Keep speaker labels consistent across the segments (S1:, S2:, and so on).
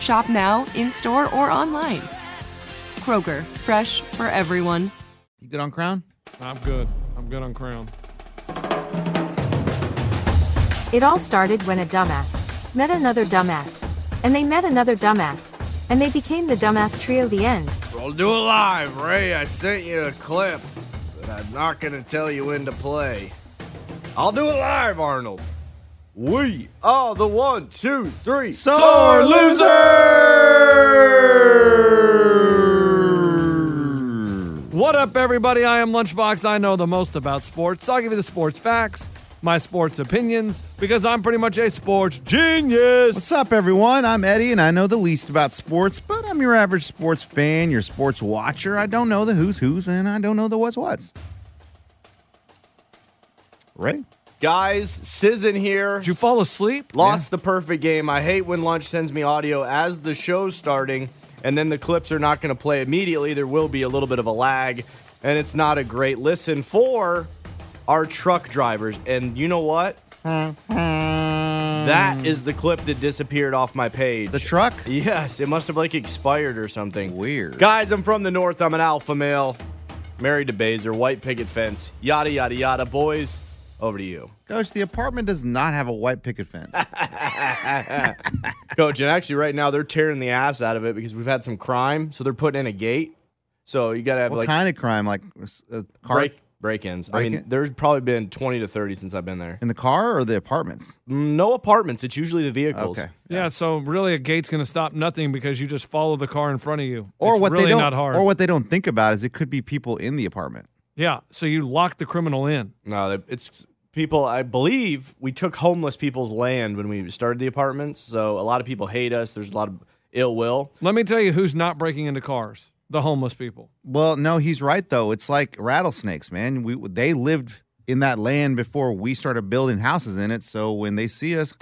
S1: Shop now, in store, or online. Kroger, fresh for everyone.
S2: You good on Crown?
S3: I'm good. I'm good on Crown.
S4: It all started when a dumbass met another dumbass, and they met another dumbass, and they became the dumbass trio. The end.
S5: We'll do it live, Ray. I sent you a clip that I'm not going to tell you when to play. I'll do it live, Arnold. We are the one, two, three.
S2: Sore
S3: What up, everybody? I am Lunchbox. I know the most about sports. I'll give you the sports facts, my sports opinions, because I'm pretty much a sports genius.
S2: What's up, everyone? I'm Eddie, and I know the least about sports, but I'm your average sports fan, your sports watcher. I don't know the who's who's, and I don't know the what's what's. Right?
S5: Guys, Sizzin here.
S3: Did you fall asleep?
S5: Lost the perfect game. I hate when lunch sends me audio as the show's starting, and then the clips are not going to play immediately. There will be a little bit of a lag, and it's not a great listen for our truck drivers. And you know what? that is the clip that disappeared off my page.
S2: The truck?
S5: Yes, it must have like expired or something.
S2: Weird.
S5: Guys, I'm from the north. I'm an alpha male. Married to Baser, white picket fence, yada, yada, yada. Boys, over to you.
S2: Coach, the apartment does not have a white picket fence.
S5: Coach, and actually, right now they're tearing the ass out of it because we've had some crime, so they're putting in a gate. So you gotta have
S2: what
S5: like
S2: kind of crime? Like a car
S5: break break-ins. I mean,
S2: Break-in?
S5: there's probably been twenty to thirty since I've been there.
S2: in the car or the apartments?
S5: No apartments. It's usually the vehicles.
S2: Okay.
S3: Yeah, so really a gate's going to stop nothing because you just follow the car in front of you.
S2: Or
S3: It's
S2: what
S3: really
S2: they don't,
S3: not hard.
S2: or what they don't think about is it could be people in the apartment.
S3: yeah, so you lock the criminal in.
S5: No, they- it's people. I believe we took homeless people's land when we started the apartments, so a lot of people hate us. There's a lot of ill will.
S3: Let me tell you who's not breaking into cars. The homeless people.
S2: Well, no, he's right though. It's like rattlesnakes, man. We they lived in that land before we started building houses in it. So when they see us,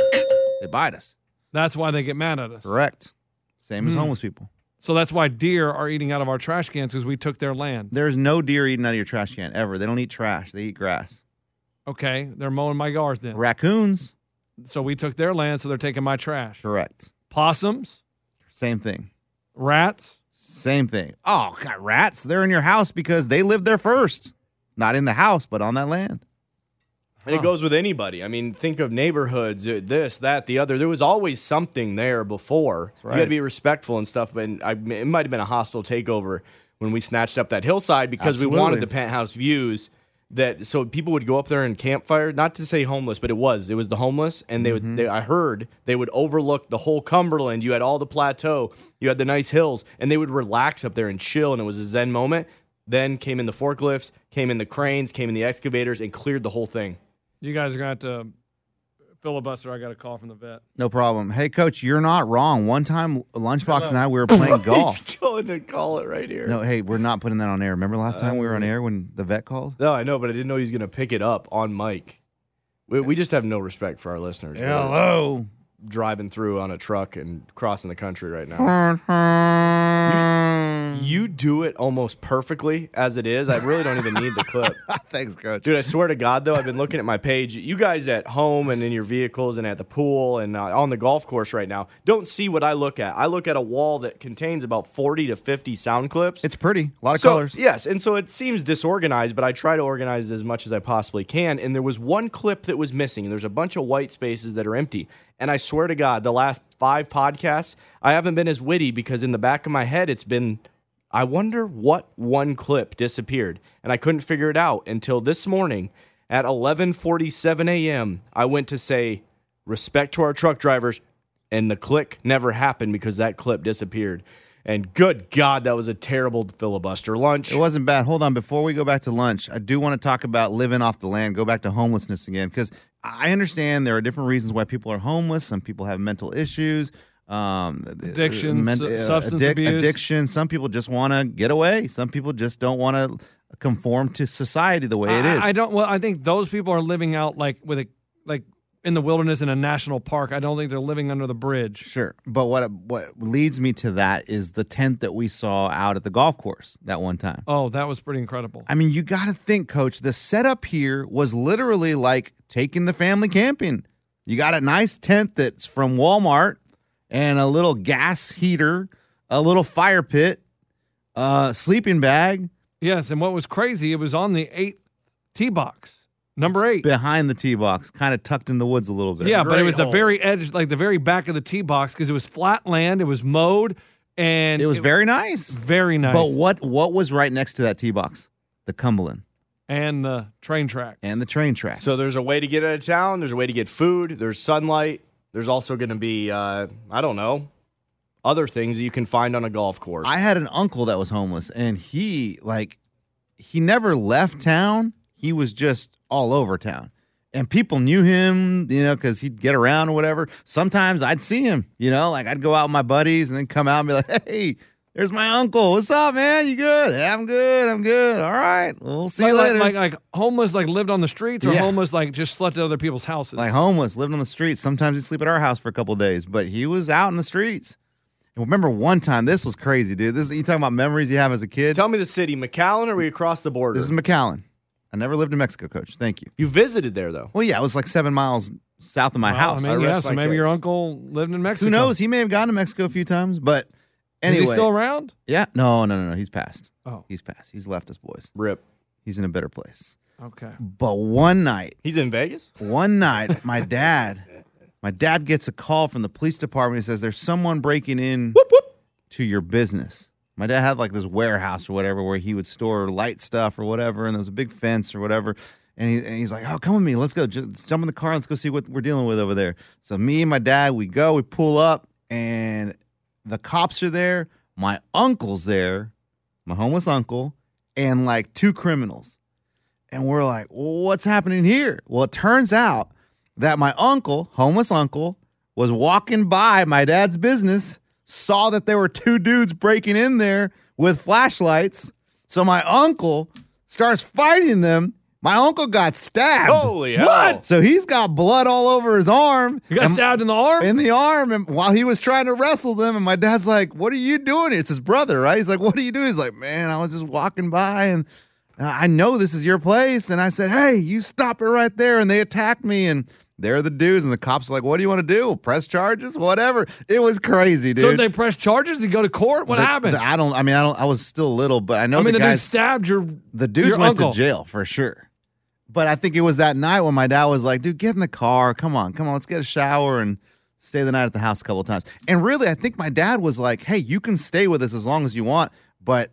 S2: they bite us.
S3: That's why they get mad at us.
S2: Correct. Same as homeless people.
S3: So that's why deer are eating out of our trash cans because we took their land.
S2: There's no deer eating out of your trash can ever. They don't eat trash. They eat grass.
S3: Okay, they're mowing my yard then.
S2: Raccoons.
S3: So we took their land, so they're taking my trash.
S2: Correct.
S3: Possums,
S2: Same thing.
S3: rats.
S2: Same thing. Oh God, rats. They're in your house because they lived there first. Not in the house, but on that land.
S5: And it goes with anybody. I mean, think of neighborhoods, uh, this, that, the other. There was always something there before.
S2: right.
S5: You got to be respectful and stuff. And I, it might have been a hostile takeover when we snatched up that hillside because we wanted
S2: Absolutely.
S5: the penthouse views. That so people would go up there and campfire. Not to say homeless, but it was it was the homeless, and they would.
S2: Mm-hmm.
S5: They, I heard they would overlook the whole Cumberland. You had all the plateau, you had the nice hills, and they would relax up there and chill, and it was a zen moment. Then came in the forklifts, came in the cranes, came in the excavators, and cleared the whole thing.
S3: You guys are going to have to filibuster. I got a call from the vet.
S2: No problem. Hey, coach, you're not wrong. One time, Lunchbox and I we were playing golf.
S5: He's going to call it right here.
S2: No, hey, we're not putting that on air. Remember last time we were on
S3: Um,
S2: air when the vet called?
S5: No, I know, but I didn't know he was going to pick it up on mic. We, we just have no respect for our listeners.
S2: Hello.
S5: driving through on a truck and crossing the country right now. you do it almost perfectly as it is. I really don't even need the clip.
S2: Thanks, coach.
S5: Dude, I swear to God, though, I've been looking at my page. You guys at home and in your vehicles and at the pool and uh, on the golf course right now don't see what I look at. I look at a wall that contains about 40 to 50 sound clips.
S2: it's pretty. A lot of
S5: So-
S2: colors.
S5: Yes, and so it seems disorganized, but I try to organize it as much as I possibly can. And there was one clip that was missing, and there's a bunch of white spaces that are empty. And I swear to God, the last five podcasts, I haven't been as witty because in the back of my head, it's been, I wonder what one clip disappeared, and I couldn't figure it out until this morning at 11:47 a.m. I went to say respect to our truck drivers, and the click never happened because that clip disappeared. And good God, that was a terrible filibuster lunch.
S2: It wasn't bad. Hold on. Before we go back to lunch, I do want to talk about living off the land, go back to homelessness again, because I understand there are different reasons why people are homeless. Some people have mental issues, um,
S3: Addiction, su- substance abuse.
S2: uh, Addiction. Some people just want to get away. Some people just don't want to conform to society the way it
S3: I-
S2: is.
S3: I, don't. Well, I think those people are living out like with a like in the wilderness in a national park. I don't think they're living under the bridge.
S2: Sure, but what what leads me to that is the tent that we saw out at the golf course that one time.
S3: Oh, that was pretty incredible.
S2: I mean, you got to think, coach. The setup here was literally like taking the family camping. You got a nice tent that's from Walmart and a little gas heater, a little fire pit, uh, sleeping bag
S3: Yes, and what was crazy? It was on the eighth tee box, number eight.
S2: behind the tee box, kind of tucked in the woods a little bit.
S3: Yeah, but it
S5: great
S3: was the
S5: hole.
S3: very edge, like the very back of the tee box, because it was flat land. It was mowed, and
S2: it was very nice.
S3: very nice.
S2: But what what was right next to that tee box? The Cumberland
S3: And the train track.
S2: and the train tracks.
S5: So there's a way to get out of town. There's a way to get food. There's sunlight. There's also going to be, uh, I don't know, other things that you can find on a golf course.
S2: I had an uncle that was homeless, and he like he never left town. He was just all over town, and people knew him, you know, because he'd get around or whatever. Sometimes I'd see him, you know, like I'd go out with my buddies and then come out and be like, "Hey, there's my uncle. What's up, man? You good? "Yeah, I'm good. I'm good. All right. Well, we'll see
S3: like,
S2: you
S3: like-
S2: later."
S3: Like, uh, like homeless, like lived on the streets, or
S2: Yeah.
S3: homeless, like just slept at other people's houses.
S2: like homeless, lived on the streets. Sometimes he'd sleep at our house for a couple of days, but he was out in the streets. And remember one time, this was crazy, dude. This is you talking about memories you have as a kid.
S5: Tell me the city, McAllen, or are we across the border?
S2: This is McAllen. I never lived in Mexico, coach. Thank you.
S5: you visited there, though.
S2: Well, yeah, it was like seven miles south of my
S3: Well,
S2: house.
S3: I mean,
S5: I rest
S3: yeah, so
S5: my
S3: maybe your
S5: case.
S3: uncle lived in Mexico.
S2: Who knows? He may have gone to Mexico a few times, but anyway.
S3: Is he still around?
S2: yeah, no, no, no, no. He's passed.
S3: Oh,
S2: He's passed. He's left us, boys.
S5: Rip.
S2: He's in a better place.
S3: okay.
S2: But one night,
S5: He's in Vegas?
S2: one night, my dad, my dad gets a call from the police department. He says, "There's someone breaking in to your business." My dad had like this warehouse or whatever where he would store light stuff or whatever, and there was a big fence or whatever. And, he, and he's like, "Oh, come with me. Let's go. Just jump in the car. Let's go see what we're dealing with over there." So me and my dad, we go, we pull up, and the cops are there. My uncle's there, my homeless uncle, and like two criminals. And we're like, well, what's happening here? Well, it turns out that my uncle, homeless uncle, was walking by my dad's business, saw that there were two dudes breaking in there with flashlights. So my uncle starts fighting them. My uncle got stabbed.
S5: Holy hell. What?
S2: So he's got blood all over his arm.
S3: You got
S2: And-
S3: stabbed in the arm.
S2: in the arm and while he was trying to wrestle them and my dad's like what are you doing it's his brother right he's like what are you doing he's like man i was just walking by and i know this is your place and i said hey you stop it right there and they attacked me and they're the dudes and the cops are like what do you want to do press charges whatever it was crazy dude
S3: so did they press charges? Did you go to court? What
S2: The-
S3: happened?
S2: the- i don't i mean i don't i was still little but i know
S3: I mean,
S2: the
S3: the, dude
S2: guys
S3: stabbed your.
S2: the dudes
S3: your
S2: went
S3: uncle.
S2: to jail for sure. But I think it was that night when my dad was like, dude, get in the car. Come on, come on, let's get a shower and stay the night at the house a couple of times. And really, I think my dad was like, hey, you can stay with us as long as you want. But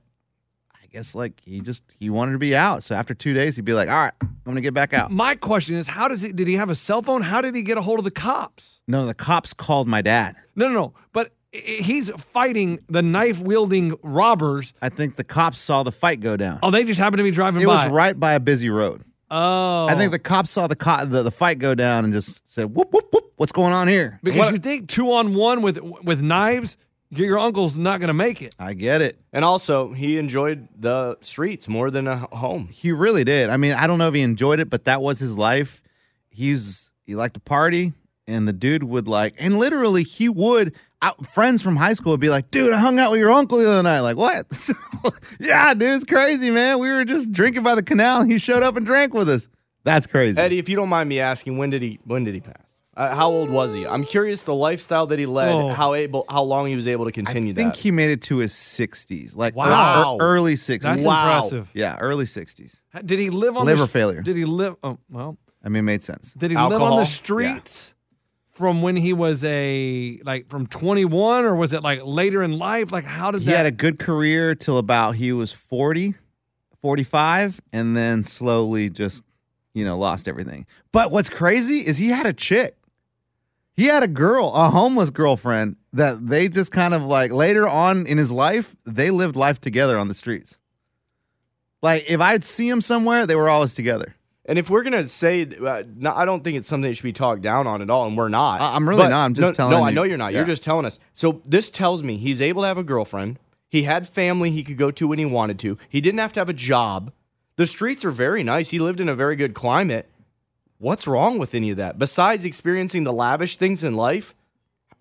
S2: I guess like he just he wanted to be out. So after two days, he'd be like, all right, I'm gonna get back out.
S3: My question is, how does he? Did he have a cell phone? How did he get a hold of the cops?
S2: No, the cops called my dad.
S3: No, no, no. But i- i- he's fighting the knife wielding robbers.
S2: I think the cops saw the fight go down.
S3: Oh, they just happened to be driving
S2: it
S3: by.
S2: was right by a busy road.
S3: Oh,
S2: I think the cops saw the, co- the the fight go down and just said, whoop whoop whoop, what's going on here?
S3: because you think two on one with with knives, your your uncle's not going to make it.
S2: I get it.
S5: And also, he enjoyed the streets more than a h- home.
S2: He really did. I mean, I don't know if he enjoyed it, but that was his life. He's he liked to party. and the dude would like, and literally he would. I, friends from high school would be like, "Dude, I hung out with your uncle the other night." Like, what? yeah, dude, it's crazy, man. We were just drinking by the canal, and he showed up and drank with us. That's crazy.
S5: Eddie, if you don't mind me asking, when did he when did he pass? Uh, how old was he? I'm curious the lifestyle that he led,
S3: Oh.
S5: how able, how long he was able to continue
S2: I think
S5: that.
S2: he made it to his 60s, like
S3: Wow.
S2: ear- early 60s.
S3: That's Wow. impressive.
S2: Yeah, early 60s.
S3: Did he live on the
S2: Liver
S3: sh-
S2: failure.
S3: Did he live? Oh, well,
S2: I mean, it made sense.
S3: did he live on
S5: Alcohol?
S3: the
S5: Yeah.
S3: streets from when he was a like from 21, or was it like later in life? Like, how did
S2: He
S3: that?
S2: had a good career till about he was 40, 45, and then slowly just, you know, lost everything. But what's crazy is he had a chick. He had a girl, a homeless girlfriend that they just kind of like later on in his life, they lived life together on the streets. Like if I'd see him somewhere, they were always together.
S5: And if we're gonna say, uh, no, I don't think it's something that should be talked down on at all, and we're not.
S2: I- I'm really
S5: But-
S2: not. I'm just
S5: no,
S2: telling
S5: No, I
S2: you.
S5: know you're not.
S2: Yeah.
S5: You're just telling us. So this tells me he's able to have a girlfriend. He had family he could go to when he wanted to. He didn't have to have a job. The streets are very nice. He lived in a very good climate. What's wrong with any of that? Besides experiencing the lavish things in life,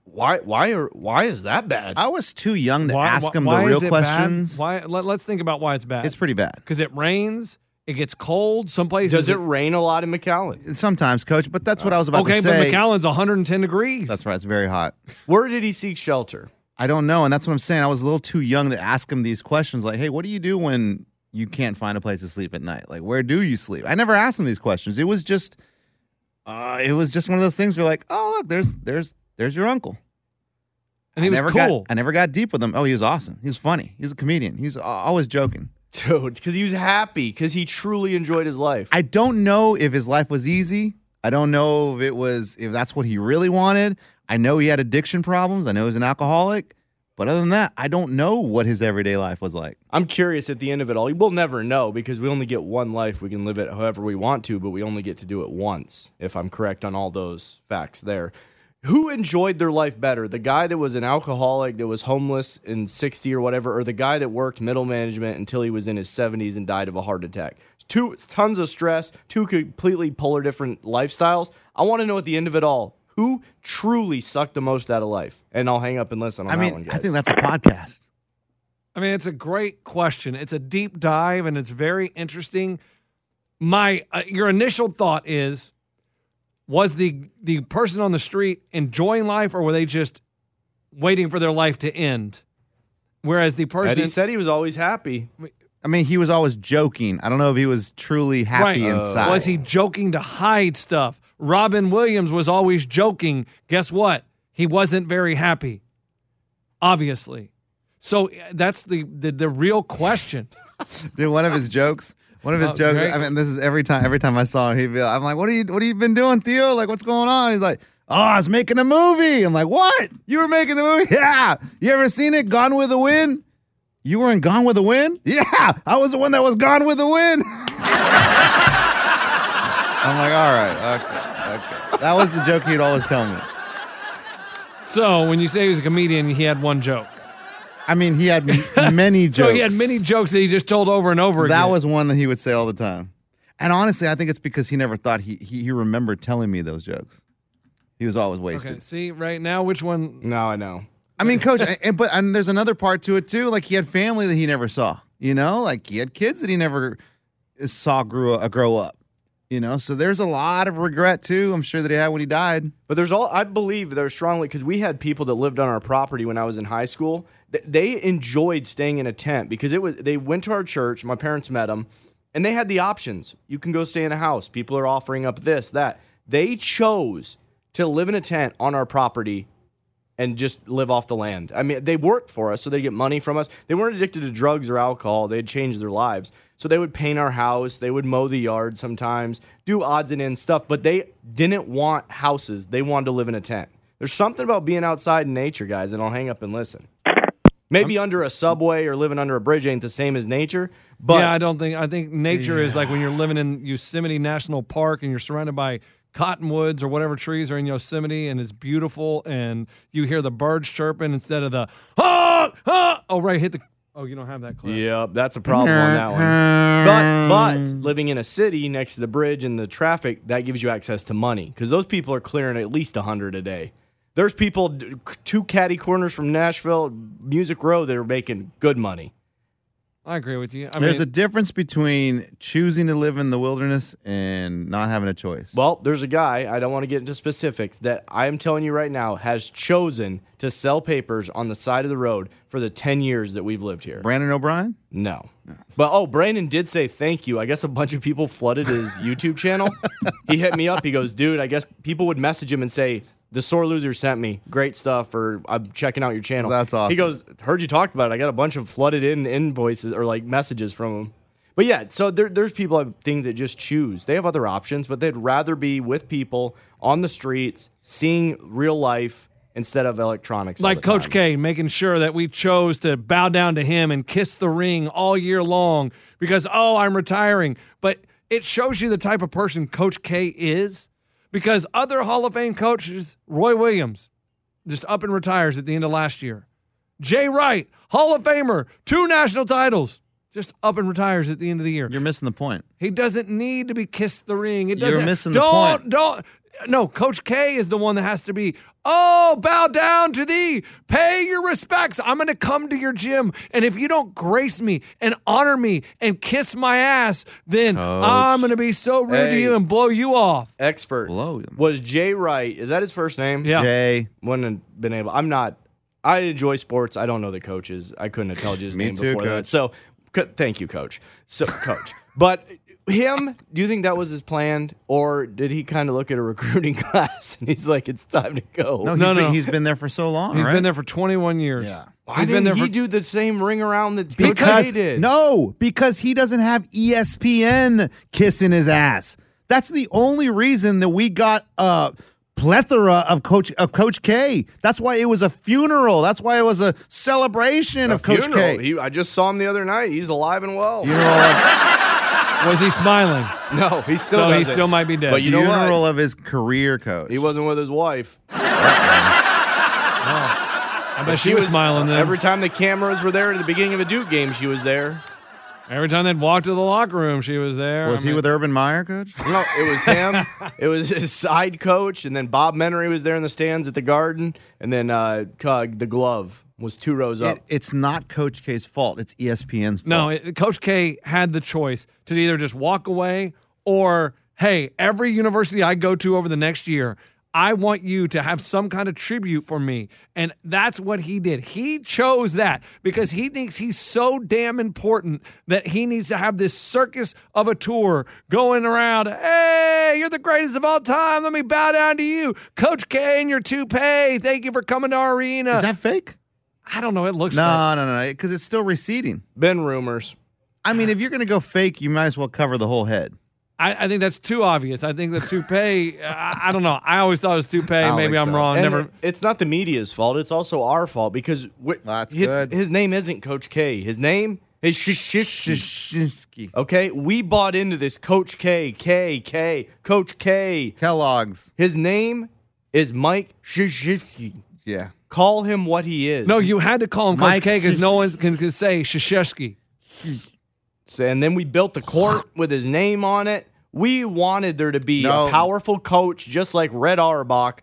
S5: why why are why is that bad?
S2: I was too young to
S3: Why-
S2: ask
S3: why-
S2: him the
S3: why
S2: real
S3: is it bad?
S2: questions.
S3: Why? Let, us think about why it's bad.
S2: It's pretty bad.
S3: because it rains, it gets cold. Some places
S5: Does it rain a lot in McAllen?
S2: Sometimes, coach, but that's what I was about
S3: Okay,
S2: to say.
S3: but McAllen's 110 degrees.
S2: that's right. It's very hot.
S5: Where did he seek shelter?
S2: I don't know. And that's what I'm saying. I was a little too young to ask him these questions like, hey, what do you do when you can't find a place to sleep at night? Like, where do you sleep? I never asked him these questions. It was just, uh, it was just one of those things where like, oh, look, there's, there's, there's your uncle.
S3: and he was
S2: I never
S3: cool.
S2: Got, I never got deep with him. Oh, he was awesome. He was funny. He was a comedian. He's a- always joking.
S5: Dude, because he was happy, because he truly enjoyed his life.
S2: I don't know if his life was easy. I don't know if it was if that's what he really wanted. I know he had addiction problems. I know he's an alcoholic. But other than that, I don't know what his everyday life was like.
S5: I'm curious at the end of it all. We'll never know because we only get one life. We can live it however we want to, but we only get to do it once, if I'm correct on all those facts there. Who enjoyed their life better? The guy that was an alcoholic, that was homeless in 60 or whatever, or the guy that worked middle management until he was in his 70s and died of a heart attack? Two tons of stress, two completely polar different lifestyles. I want to know at the end of it all who truly sucked the most out of life. And I'll hang up and listen on
S2: I
S5: that
S2: mean,
S5: one, guys.
S2: I think that's a podcast.
S3: I mean, it's a great question. It's a deep dive and it's very interesting. My uh, your initial thought is was the the person on the street enjoying life or were they just waiting for their life to end? Whereas the person
S5: Eddie said he was always happy.
S2: I mean, he was always joking. I don't know if he was truly happy
S3: Right. Uh,
S2: inside.
S3: was he joking to hide stuff? Robin Williams was always joking. Guess what? He wasn't very happy. Obviously. So uh, that's the the, the real question.
S2: Dude, one of his jokes. One of his
S3: Oh,
S2: jokes.
S3: great.
S2: I mean, this is every time. Every time I saw him, he'd be. I'm like, "What are you? What have you been doing, Theo? Like, what's going on?" He's like, "Oh, I was making a movie." I'm like, "What? You were making a movie? Yeah. You ever seen it? Gone with the Wind? You were in Gone with the Wind? Yeah. I was the one that was gone with the wind." I'm like, "All right, okay, okay." That was the joke he'd always tell me.
S3: So when you say he was a comedian, he had one joke.
S2: I mean, he had m- many jokes.
S3: So he had many jokes that he just told over and over again.
S2: That was one that he would say all the time. And honestly, I think it's because he never thought he he, he remembered telling me those jokes. He was always wasted.
S3: okay. See right now, which one?
S5: No, I know.
S2: I mean, coach, I- and, but and there's another part to it too. Like he had family that he never saw. You know, like he had kids that he never saw grew uh, grow up. You know, so there's a lot of regret too. I'm sure that he had when he died.
S5: But there's all I believe there's strongly because we had people that lived on our property when I was in high school. Th- They enjoyed staying in a tent because it was they went to our church. My parents met them, and they had the options. You can go stay in a house. People are offering up this that. They chose to live in a tent on our property and just live off the land. I mean, they worked for us, so they get money from us. They weren't addicted to drugs or alcohol. They had changed their lives. So they would paint our house, they would mow the yard sometimes, do odds and ends stuff, but they didn't want houses. They wanted to live in a tent. There's something about being outside in nature, guys, and I'll hang up and listen. Maybe under a subway or living under a bridge ain't the same as nature, but
S3: yeah, I don't think. I think nature is like when you're living in Yosemite National Park and you're surrounded by cottonwoods or whatever trees are in Yosemite, and it's beautiful, and you hear the birds chirping instead of the oh oh oh right hit the Oh, you don't have that clip.
S5: Yep, that's a problem on that one. But but living in a city next to the bridge and the traffic, that gives you access to money because those people are clearing at least hundred a day. There's people d- c- two caddy corners from Nashville, Music Row, that are making good money.
S3: I agree with you. I
S2: There's a
S3: mean,
S2: difference between choosing to live in the wilderness and not having a choice.
S5: Well, there's a guy, I don't want to get into specifics, that I am telling you right now has chosen to sell papers on the side of the road for the 10 years that we've lived here.
S2: Brandon O'Brien?
S5: No. But oh, Brandon did say thank you. I guess a bunch of people flooded his YouTube channel. He hit me up. He goes, dude, I guess people would message him and say, the sore loser sent me great stuff, or I'm checking out your channel.
S2: That's awesome.
S5: He goes, heard you talked about it. I got a bunch of flooded in invoices or like messages from him. But yeah, so there, there's people I think that just choose. They have other options, but they'd rather be with people on the streets, seeing real life instead of electronics. all
S3: like
S5: the
S3: Coach
S5: time.
S3: K making sure that we chose to bow down to him and kiss the ring all year long because, oh, I'm retiring. But it shows you the type of person Coach K is because other Hall of Fame coaches, Roy Williams, just up and retires at the end of last year. Jay Wright, Hall of Famer, two national titles, just up and retires at the end of the year.
S2: You're missing the point.
S3: He doesn't need to be kissed the ring. It
S2: You're
S3: doesn't.
S2: missing the
S3: don't,
S2: point.
S3: Don't. No, Coach K is the one that has to be. Oh, bow down to thee. Pay your respects. I'm going to come to your gym, and if you don't grace me and honor me and kiss my ass, then I'm going to be so rude to
S2: Hey.
S3: you and blow you off.
S5: expert
S2: Blow him.
S5: was Jay Wright. Is that his first name?
S3: Yeah.
S2: Jay.
S5: wouldn't have been able. I'm not. I enjoy sports. I don't know the coaches. I couldn't have told you his
S2: Me
S5: name
S2: too,
S5: before
S2: coach.
S5: that. So, co- thank you, coach. So, coach. But him, do you think that was his plan, or did he kind of look at a recruiting class and he's like, "It's time to go"?
S2: No, he's
S3: No,
S2: been,
S3: no.
S2: he's been there for so long.
S3: He's
S2: right?
S3: been there for 21 years.
S2: Yeah.
S5: Why
S3: He's
S5: didn't
S3: been there
S5: he
S3: for-
S5: do the same ring around that
S2: because
S5: Coach K did?
S2: no, because he doesn't have E ESPN kissing his ass. That's the only reason that we got a plethora of coach of Coach K. That's why it was a funeral. That's why it was a celebration
S5: A
S2: of Coach
S5: funeral.
S2: K.
S5: He, I just saw him the other night. He's alive and well.
S2: funeral,
S3: Was he smiling?
S5: no, he still.
S3: So he
S5: doesn't.
S3: still might be dead.
S5: But you know what?
S2: funeral of his career coach.
S5: He wasn't with his wife.
S3: I bet she was, smiling then.
S5: Every time the cameras were there at the beginning of the Duke game, she was there.
S3: Every time they'd walk to the locker room, she was there.
S2: was
S3: I
S2: he
S3: mean-
S2: with Urban Meyer, coach?
S5: No, it was him. it was his side coach, and then Bob Menery was there in the stands at the Garden, and then uh, Cug, the glove, was two rows up.
S2: It- it's not Coach K's fault. It's E ESPN's fault.
S3: No, it, Coach K had the choice to either just walk away or, hey, every university I go to over the next year, I want you to have some kind of tribute for me. And that's what he did. He chose that because he thinks he's so damn important that he needs to have this circus of a tour going around. Hey, you're the greatest of all time. Let me bow down to you. Coach K and your toupee. Thank you for coming to our arena.
S2: is that fake?
S3: I don't know. It looks like.
S2: No, no, no, because it's still receding.
S5: Been rumors.
S2: I mean, if you're going to go fake, you might as well cover the whole head.
S3: I, I think that's too obvious. I think the toupee. I, I don't know. I always thought it was toupee.
S2: don't
S3: Maybe
S2: think
S3: I'm
S2: so.
S3: wrong.
S5: And
S3: Never.
S5: it- it's not the media's fault. It's also our fault because wh-
S2: That's
S5: his,
S2: good.
S5: his name isn't Coach K. His name is Shishishki.
S2: Shinsky.
S5: Okay, we bought into this Coach K, K, K, Coach K.
S2: Kellogg's.
S5: His name is Mike Shishishki.
S2: Yeah.
S5: Call him what he is.
S3: No, you had to call him Coach
S2: Mike
S3: K because no
S2: Sh-
S3: one can, can say Shashevsky.
S5: So- and then we built the court with his name on it. We wanted there to be
S2: No.
S5: a powerful coach, just like Red Auerbach,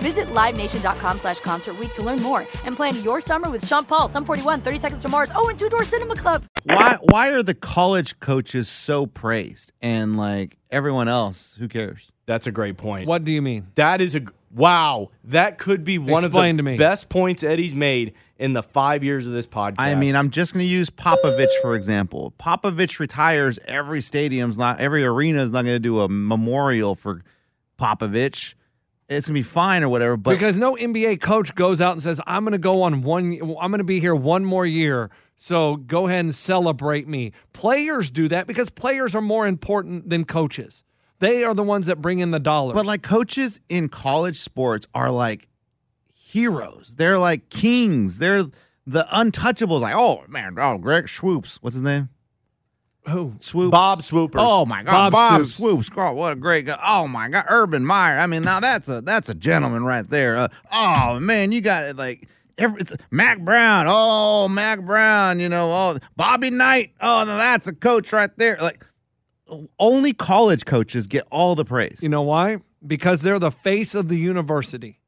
S6: Visit LiveNation.com slash Concert Week to learn more and plan your summer with Sean Paul, Sum 41, 30 Seconds to Mars, oh, and Two Door Cinema Club.
S2: Why why are the college coaches so praised and like everyone else? Who cares?
S5: That's a great point.
S3: What do you mean?
S5: That is a g- wow. That could be one
S3: Explain
S5: of
S3: to
S5: the
S3: me.
S5: best points Eddie's made in the five years of this podcast.
S2: I mean, I'm just going to use Popovich for example. Popovich retires. Every stadium's not, every arena's not going to do a memorial for Popovich. It's going to be fine or whatever. But
S3: because no NBA coach goes out and says, "I'm going to go on one. I'm going to be here one more year." So go ahead and celebrate me. Players do that because players are more important than coaches. They are the ones that bring in the dollars.
S2: but like coaches in college sports are like heroes. They're like kings. They're the untouchables. Like oh man, oh Greg Swoops. What's his name?
S3: who?
S2: Swoops.
S5: Bob Swoopers.
S2: Oh my God, Bob,
S3: Bob
S2: Swoops. God, what a great guy. Oh my God, Urban Meyer. I mean, now that's a that's a gentleman right there. Uh, oh man, you got it like every, it's Mac Brown. Oh Mac Brown. You know, oh Bobby Knight. Oh, now that's a coach right there. Like only college coaches get all the praise.
S3: You know why? Because they're the face of the university.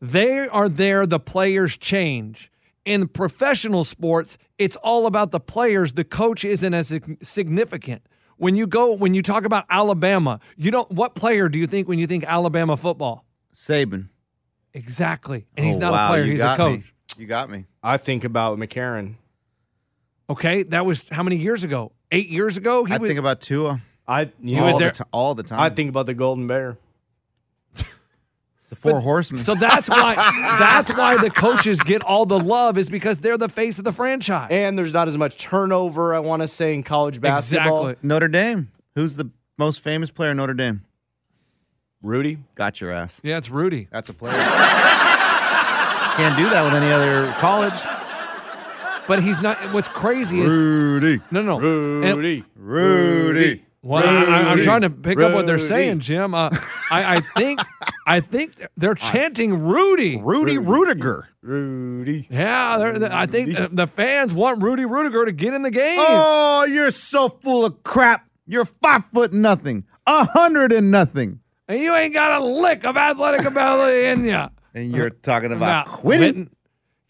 S3: They are there, the players change. In professional sports, it's all about the players. The coach isn't as sig- significant. When you go, when you talk about Alabama, you don't, what player do you think when you think Alabama football?
S2: Saban.
S3: Exactly. And he's
S2: Oh,
S3: not
S2: wow,
S3: a player,
S2: you
S3: he's a
S2: got
S3: coach.
S2: me. You got me.
S5: I think about McCarron.
S3: Okay. That was how many years ago? Eight years ago? He
S2: I
S3: was,
S2: think about Tua.
S5: I he
S2: all
S5: was there.
S2: The ti- all the time.
S5: I think about the Golden Bear.
S2: the four horsemen.
S3: so that's why that's why the coaches get all the love is because they're the face of the franchise.
S5: And there's not as much turnover, I want to say, in college basketball.
S3: Exactly.
S2: Notre Dame. Who's the most famous player in Notre Dame?
S5: Rudy.
S2: Got your ass.
S3: Yeah, it's Rudy.
S2: That's a player. Can't do that with any other college.
S3: But he's not. What's crazy is
S2: Rudy.
S3: no, no. And-
S5: Rudy.
S2: Rudy.
S3: well, I, am trying to pick up what they're
S5: Rudy.
S3: saying, Jim. Uh, I, I think, I think they're chanting Rudy.
S2: Rudy Rudiger.
S5: Rudy.
S3: Yeah, they're, they- I think the, the fans want Rudy Rudiger to get in the game.
S2: Oh, you're so full of crap. You're five foot nothing, a hundred and nothing.
S3: And you ain't got a lick of athletic ability in you.
S2: And you're talking about quitting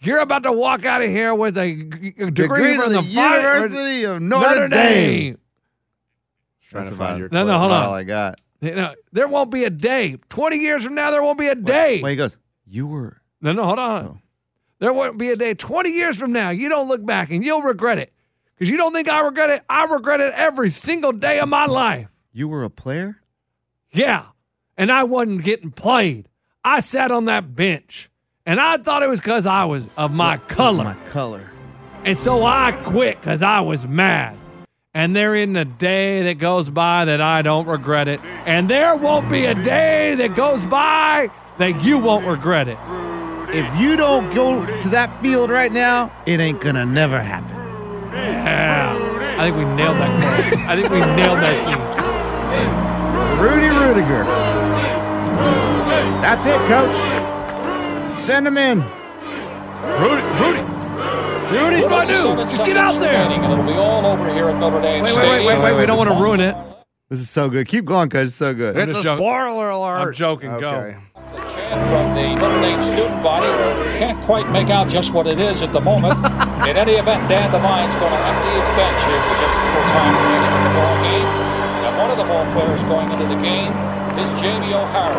S3: You're about to walk out of here with a, g- degree,
S2: degree
S3: from
S2: to the,
S3: fi-
S2: University of Notre,
S3: Notre
S2: Dame.
S3: Dame.
S5: Trying
S2: That's
S5: to find
S2: about-
S5: your
S3: No,
S5: clip.
S3: no, hold
S2: That's
S3: on.
S2: all I got.
S3: You know, there won't be a day. Twenty years from now, there won't be a day.
S2: Well, he goes, you were.
S3: No, no, hold on.
S2: Oh.
S3: There won't be a day 20 years from now you don't look back and you'll regret it. Because you don't think I regret it. I regret it every single day of my life.
S2: You were a player?
S3: Yeah. And I wasn't getting played. I sat on that bench. And I thought it was because I was of my color.
S2: My color.
S3: And so I quit because I was mad. And there isn't a day that goes by that I don't regret it. And there won't be a day that goes by that you won't regret it.
S2: If you don't go to that field right now, it ain't gonna never happen.
S3: Yeah. I think we nailed that. Chord. I think we nailed that scene.
S2: Rudy Rudiger. That's it, coach. Send him in.
S3: Rudy, Rudy, Rudy, what do I do? Just get out there.
S7: And it'll be all over here at Notre Dame.
S3: Wait, wait, wait, wait, wait. We don't want to ruin it.
S2: This is so good. Keep going, coach. So good.
S3: It's a
S2: spoiler alert.
S3: I'm joking. Go.
S7: Chant from the Notre Dame student body. Can't quite make out just what it is at the moment. In any event, Dan Devine's going to empty his bench here for just for time remaining in the ball game. And one of the ball players going into the game is Jamie O'Hara.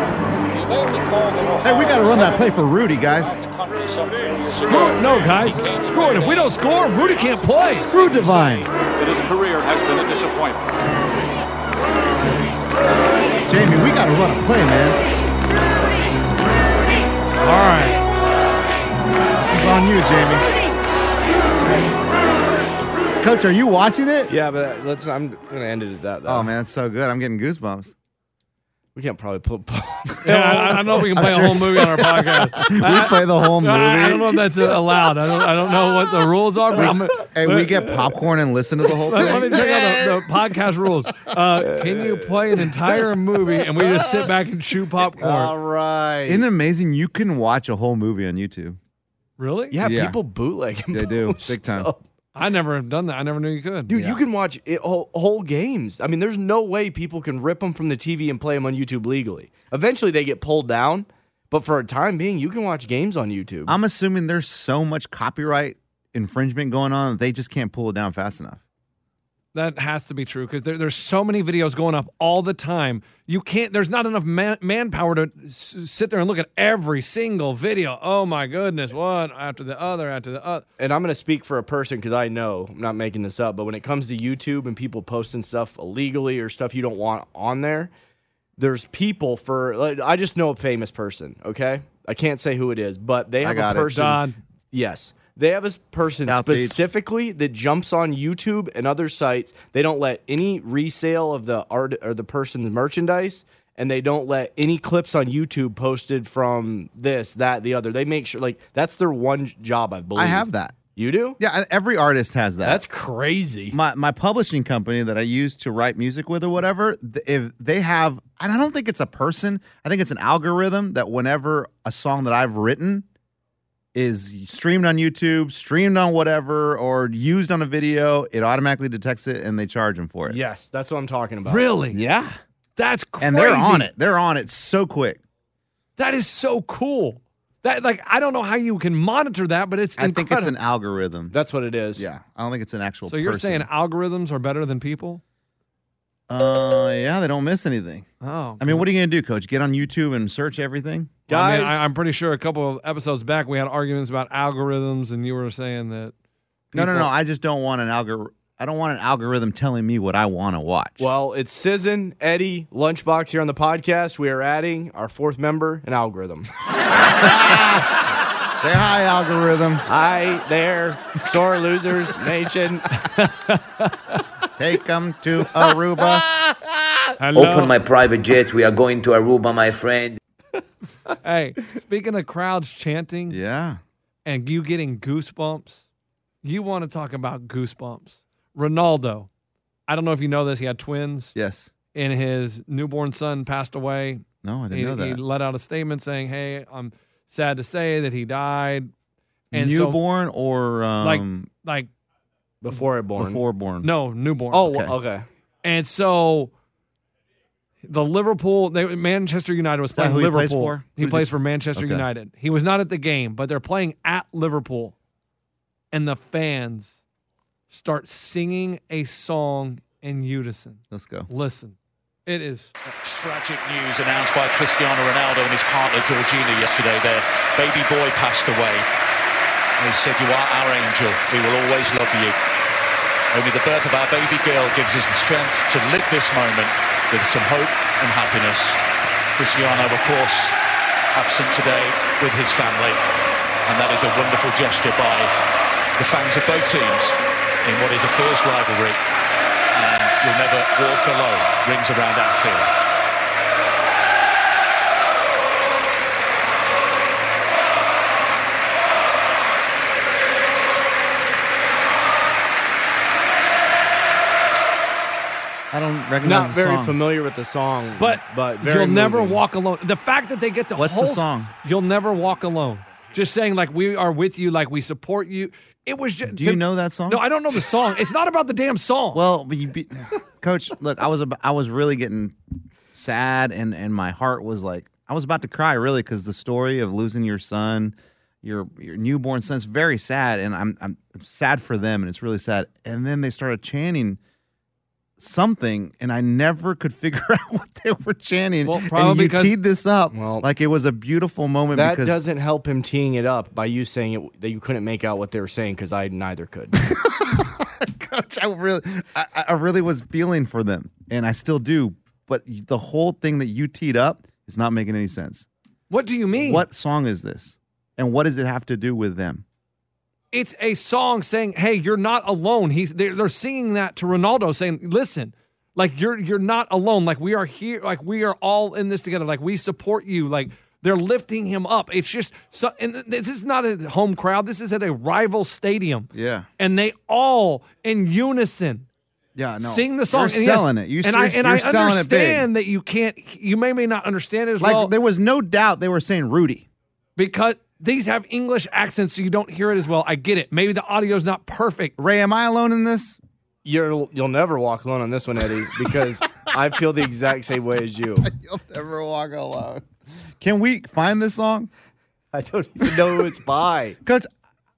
S7: You may recall that O'Hara
S2: Hey, we got to run that play for Rudy, guys.
S7: the country some few years
S3: Screw
S7: ago.
S3: it. No, guys. Screw it. If we don't score, Rudy can't play.
S2: Screw Divine.
S7: That his career has been a disappointment.
S2: Jamie, we got to run a play, man.
S3: All right.
S2: This is on you, Jamie. Coach, are you watching it?
S5: Yeah, but let's. I'm gonna end it at that. Though.
S2: Oh man, it's so good. I'm getting goosebumps.
S5: We can't probably pull.
S3: Yeah, I, I don't know if we can play a whole movie on our podcast.
S2: we play the whole movie.
S3: I, I don't know if that's allowed. I don't, I don't know what the rules are. But I'm,
S2: Hey, we get popcorn and listen to the whole
S3: let, let me
S2: thing.
S3: check out the, the podcast rules. Uh, can you play an entire movie and we just sit back and chew popcorn?
S2: Uh,
S5: right.
S2: Isn't it amazing? You can watch a whole movie on YouTube.
S3: really?
S5: yeah,
S2: Yeah.
S5: people bootleg him.
S2: They do, big time.
S3: I never have done that. I never knew you could.
S5: Dude, you can watch it, whole, whole games. I mean, there's no way people can rip them from the TV and play them on YouTube legally. Eventually, they get pulled down, but for a time being, you can watch games on YouTube.
S2: I'm assuming there's so much copyright infringement going on that they just can't pull it down fast enough.
S3: That has to be true because there, there's so many videos going up all the time. You can't. There's not enough man, manpower to s- sit there and look at every single video. Oh my goodness, one after the other after the other.
S5: and I'm going to speak for a person because I know I'm not making this up, but when it comes to YouTube and people posting stuff illegally or stuff you don't want on there, there's people for. Like, I just know a famous person, okay? I can't say who it is, but they
S2: I
S5: have
S2: got it.
S5: a person.
S3: Don.
S5: Yes. They have a s- person
S2: South Beach.
S5: specifically that jumps on YouTube and other sites. They don't let any resale of the art or the person's merchandise, and they don't let any clips on YouTube posted from this, that, the other. They make sure like that's their one j- job, I believe.
S2: I have that.
S5: You do?
S2: Yeah, I- every artist has that.
S5: That's crazy.
S2: my my publishing company that I use to write music with or whatever, th- if they have, and I don't think it's a person, I think it's an algorithm that whenever a song that I've written is streamed on YouTube, streamed on whatever, or used on a video, it automatically detects it and they charge them for it.
S5: Yes, that's what I'm talking about.
S3: Really?
S2: yeah,
S3: That's crazy.
S2: and they're on it. They're on it so quick.
S3: That is so cool. That like I don't know how you can monitor that, but it's
S2: I
S3: incredible.
S2: think it's an algorithm.
S5: That's what it is.
S2: Yeah, I don't think it's an actual.
S3: so you're
S2: person.
S3: saying algorithms are better than people?
S2: uh, yeah, they don't miss anything.
S3: Oh,
S2: I mean, what are you gonna do, Coach? Get on YouTube and search everything?
S3: I
S5: Guys,
S3: mean, I, I'm pretty sure a couple of episodes back we had arguments about algorithms, and you were saying that.
S2: No, no, no.
S3: people-
S2: I just don't want an algorithm. I don't want an algorithm telling me what I want to watch.
S5: well, it's Sizzin, Eddie, Lunchbox here on the podcast. We are adding our fourth member, an algorithm.
S2: say hi, algorithm.
S5: Hi there, sore losers nation.
S2: Take them to Aruba.
S3: Hello?
S8: private jets. We are going to Aruba, my friend.
S3: hey, speaking of crowds chanting
S2: yeah.
S3: and you getting goosebumps, you want to talk about goosebumps. Ronaldo, I don't know if you know this, he had twins,
S2: Yes.
S3: and his newborn son passed away.
S2: No, I didn't
S3: He,
S2: know
S3: he
S2: that.
S3: let out a statement saying, "Hey, I'm sad to say that he died." And so-
S2: Newborn or um,
S3: like
S5: Before it born.
S2: before born?
S3: no newborn.
S5: Oh,
S2: Okay.
S5: okay.
S3: And so the Liverpool, they, Manchester United was
S2: that
S3: playing
S2: who he
S3: Liverpool.
S2: plays for?
S3: He
S2: Who's
S3: plays
S2: he-
S3: for Manchester
S2: Okay.
S3: United. He was not at the game, but they're playing at Liverpool. And the fans start singing a song in unison.
S2: Let's go.
S3: Listen, it is.
S7: Tragic news announced by Cristiano Ronaldo and his partner Georgina yesterday. Their baby boy passed away. They said, You are our angel. We will always love you. Only the birth of our baby girl gives us the strength to live this moment with some hope and happiness. Cristiano, of course, absent today with his family. And that is a wonderful gesture by the fans of both teams in what is a fierce rivalry. And you'll never walk alone rings around Anfield.
S2: I don't recognize
S5: Not
S2: the
S5: very
S2: song.
S5: familiar with the song,
S3: But,
S5: but very
S3: you'll never
S5: moving.
S3: walk alone. The fact that they get the
S2: What's the
S3: whole
S2: song?
S3: You'll never walk alone. Just saying, like we are with you, like we support you. It was just.
S2: Do you know that song?
S3: No, I don't know the song. It's not about the damn song.
S2: Well, but you be, Coach, look, I was ab- I was really getting sad, and and my heart was like I was about to cry, really, because the story of losing your son, your your newborn son, is very sad, and I'm I'm sad for them, and it's really sad. And then they started chanting something, and I never could figure out what they were chanting.
S3: Well, probably
S2: and you
S3: because-
S2: teed this up
S5: Well,
S2: like it was a beautiful moment
S5: That
S2: because
S5: doesn't help him teeing it up by you saying it, that you couldn't make out what they were saying because I neither could.
S2: Coach, I really, I, I- I really was feeling for them, and I still do. But y- the whole thing that you teed up is not making any sense.
S3: what do you mean?
S2: What song is this, and what does it have to do with them?
S3: it's a song saying, "Hey, you're not alone." He's they're, they're singing that to Ronaldo, saying, "Listen, Like you're you're not alone. Like we are here. Like we are all in this together. Like we support you. Like they're lifting him up. It's just so. And this is not a home crowd. This is at a rival stadium,
S2: Yeah.
S3: and they all in unison
S2: Yeah, no.
S3: sing the song.
S2: You're
S3: And yes,
S2: selling it. You
S3: and I and
S2: are
S3: I
S2: selling it big.
S3: understand that you can't. You may may not understand it as
S2: Like
S3: well
S2: there was no doubt they were saying Rudy.
S3: because these have English accents, so you don't hear it as well. I get it. Maybe the audio's not perfect.
S2: Ray, am I alone in this?
S5: You're you'll never walk alone on this one, Eddie, because I feel the exact same way as you.
S2: You'll never walk alone. Can we find this song?
S5: I don't even know who it's by.
S2: Coach,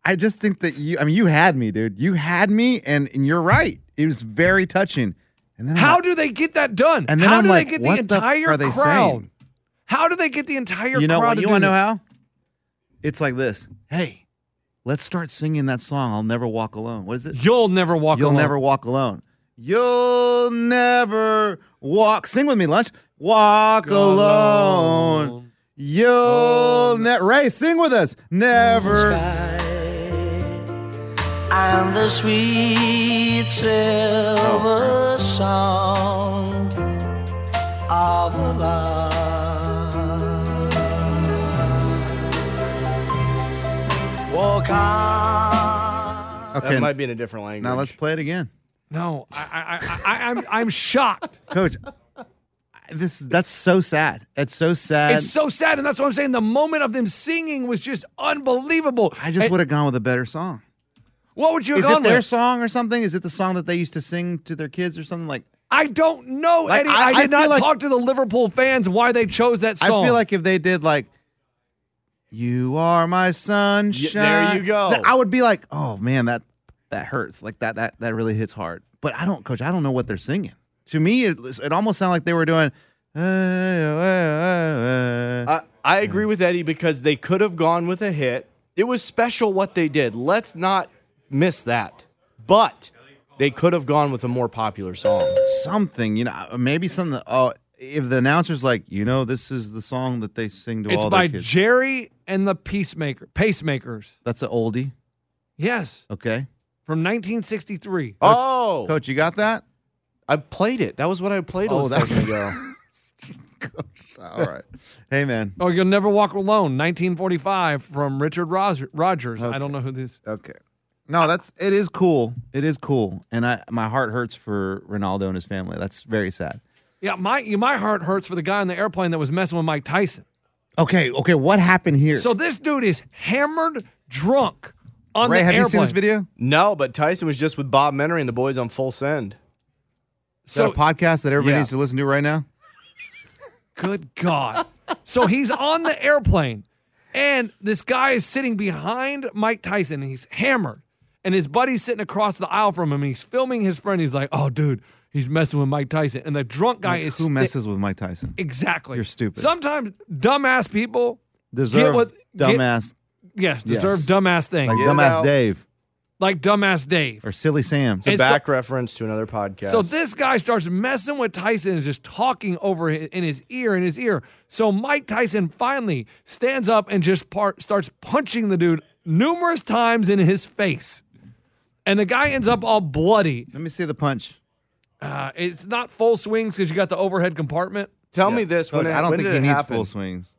S2: I just think that you I mean you had me, dude. You had me and, and you're right. It was very touching. And then I'm
S3: How
S2: like,
S3: do they get that done?
S2: And then
S3: how
S2: I'm
S3: do
S2: like,
S3: they get
S2: what
S3: the
S2: the f-
S3: entire
S2: are they
S3: crowd?
S2: saying?
S3: How do they get the entire
S2: you know
S3: crowd?
S2: what?
S3: to
S2: You
S3: do
S2: want to know
S3: this?
S2: how? It's like this. Hey, let's start singing that song. I'll never walk alone. What is it?
S3: You'll never walk
S2: You'll
S3: alone.
S2: never walk alone. You'll never walk. Sing with me, lunch. Walk alone. You'll
S9: Um,
S2: never. Ray, sing with us. Never.
S9: And the sweet
S2: Oh.
S9: silver sound of love. Walk on.
S2: Okay.
S5: That might be in a different language.
S2: now let's play it again,
S3: No, I, I, I, I, I'm, I'm shocked.
S2: Coach. I- This that's so sad. It's so sad.
S3: it's so sad, and that's what I'm saying. The moment of them singing was just unbelievable.
S2: I just would have gone with a better song.
S3: What would you have
S2: Is
S3: gone
S2: it their
S3: with?
S2: song or something? Is it the song that they used to sing to their kids or something like?
S3: I don't know,
S2: Like,
S3: Eddie.
S2: I-
S3: I,
S2: I
S3: did
S2: feel
S3: not
S2: like-
S3: talk to the Liverpool fans why they chose that song.
S2: I feel like if they did like, "You are my sunshine,"
S5: you go.
S2: th- I would be like, "Oh man, that that hurts. Like that that that really hits hard." But I don't, coach. I don't know what they're singing. To me, it it almost sounded like they were doing. "Uh, uh, uh, uh."
S5: I, I agree with Eddie because they could have gone with a hit. It was special what they did. Let's not miss that. But they could have gone with a more popular song.
S2: something, you know, maybe something. Oh, if the announcer's like, you know, this is the song that they sing to
S3: it's
S2: all
S3: by
S2: their kids.
S3: Jerry and the Peacemaker Pacemakers.
S2: That's an oldie.
S3: Yes,
S2: Okay,
S3: from 1963.
S5: Oh,
S2: coach, you got that?
S5: I played it. That was what I played a
S2: Oh,
S5: little
S2: that-
S5: second ago.
S2: Coach, all right. hey man.
S3: Oh, you'll never walk alone. 1945 from Richard Ros- Rogers. I don't know who this.
S2: Okay. No, that's it is cool. It is cool, and I my heart hurts for Ronaldo and his family. That's very sad.
S3: Yeah, my you- my heart hurts for the guy in the airplane that was messing with Mike Tyson.
S2: Okay, okay, what happened here?
S3: So this dude is hammered, drunk on
S2: Ray,
S3: the
S2: have
S3: airplane.
S2: you seen this video?
S5: no, but Tyson was just with Bob Menery and the boys on Full Send.
S2: So,
S3: So
S2: a podcast that everybody
S5: Yeah.
S2: needs to listen to right now.
S3: good God. so he's on the airplane, and this guy is sitting behind Mike Tyson. And he's hammered, and his buddy's sitting across the aisle from him. And he's filming his friend. He's like, "Oh, dude, he's messing with Mike Tyson." And the drunk guy
S2: Like,
S3: is
S2: who
S3: sti-
S2: messes with Mike Tyson?
S3: Exactly.
S2: You're stupid.
S3: Sometimes dumbass people
S2: Deserve
S3: with- get-
S2: dumbass,
S3: yes deserve
S2: Yes.
S3: dumbass things.
S2: like
S5: Get it
S2: dumbass
S5: out.
S2: Dave
S3: like dumbass Dave.
S2: or silly Sam.
S5: It's a
S3: And so-
S5: back reference to another podcast.
S3: So this guy starts messing with Tyson and just talking over hi- in his ear, in his ear. So Mike Tyson finally stands up and just part, starts punching the dude numerous times in his face. And the guy ends up all bloody.
S2: Let me see the punch.
S3: Uh, it's not full swings because you got the overhead compartment.
S5: tell
S2: Yeah.
S5: me this.
S2: Coach,
S5: When it-
S2: I don't
S5: when
S2: think
S5: did
S2: he
S5: it
S2: needs
S5: happen?
S2: full swings.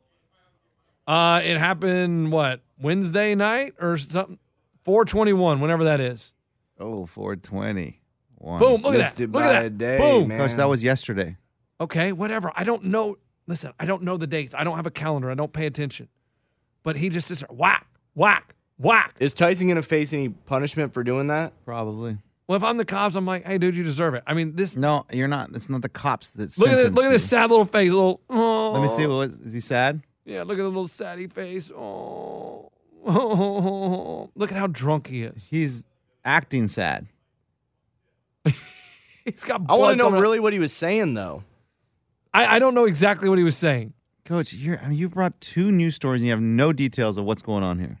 S3: Uh, it happened, what, Wednesday night or something? 421, whenever that is.
S2: Oh, 420. One.
S3: Boom, look at
S5: Missed
S3: that.
S5: it
S3: Look
S5: by
S3: at
S5: a
S3: that.
S5: day,
S3: Boom.
S5: man.
S2: Coach, that was yesterday.
S3: okay, whatever. I don't know. Listen, I don't know the dates. I don't have a calendar. I don't pay attention. But he just is whack, whack, whack.
S5: Is Tyson going to face any punishment for doing that?
S2: Probably.
S3: Well, if I'm the cops, I'm like, hey, dude, you deserve it. I mean, this.
S2: No, you're not. It's not the cops that
S3: Look at this,
S2: sentenced
S3: look at this
S2: you.
S3: sad little face. Little. Oh.
S2: Let me see. What is he sad?
S3: Yeah, look at the little saddy face. Oh. oh. Look at how drunk he is.
S2: He's acting sad.
S3: He's got.
S5: I want to
S3: blood
S5: know
S3: coming out-
S5: really what he was saying, though.
S3: I, I don't know exactly what he was saying.
S2: Coach, you're, I mean, you brought two news stories and you have no details of what's going on here.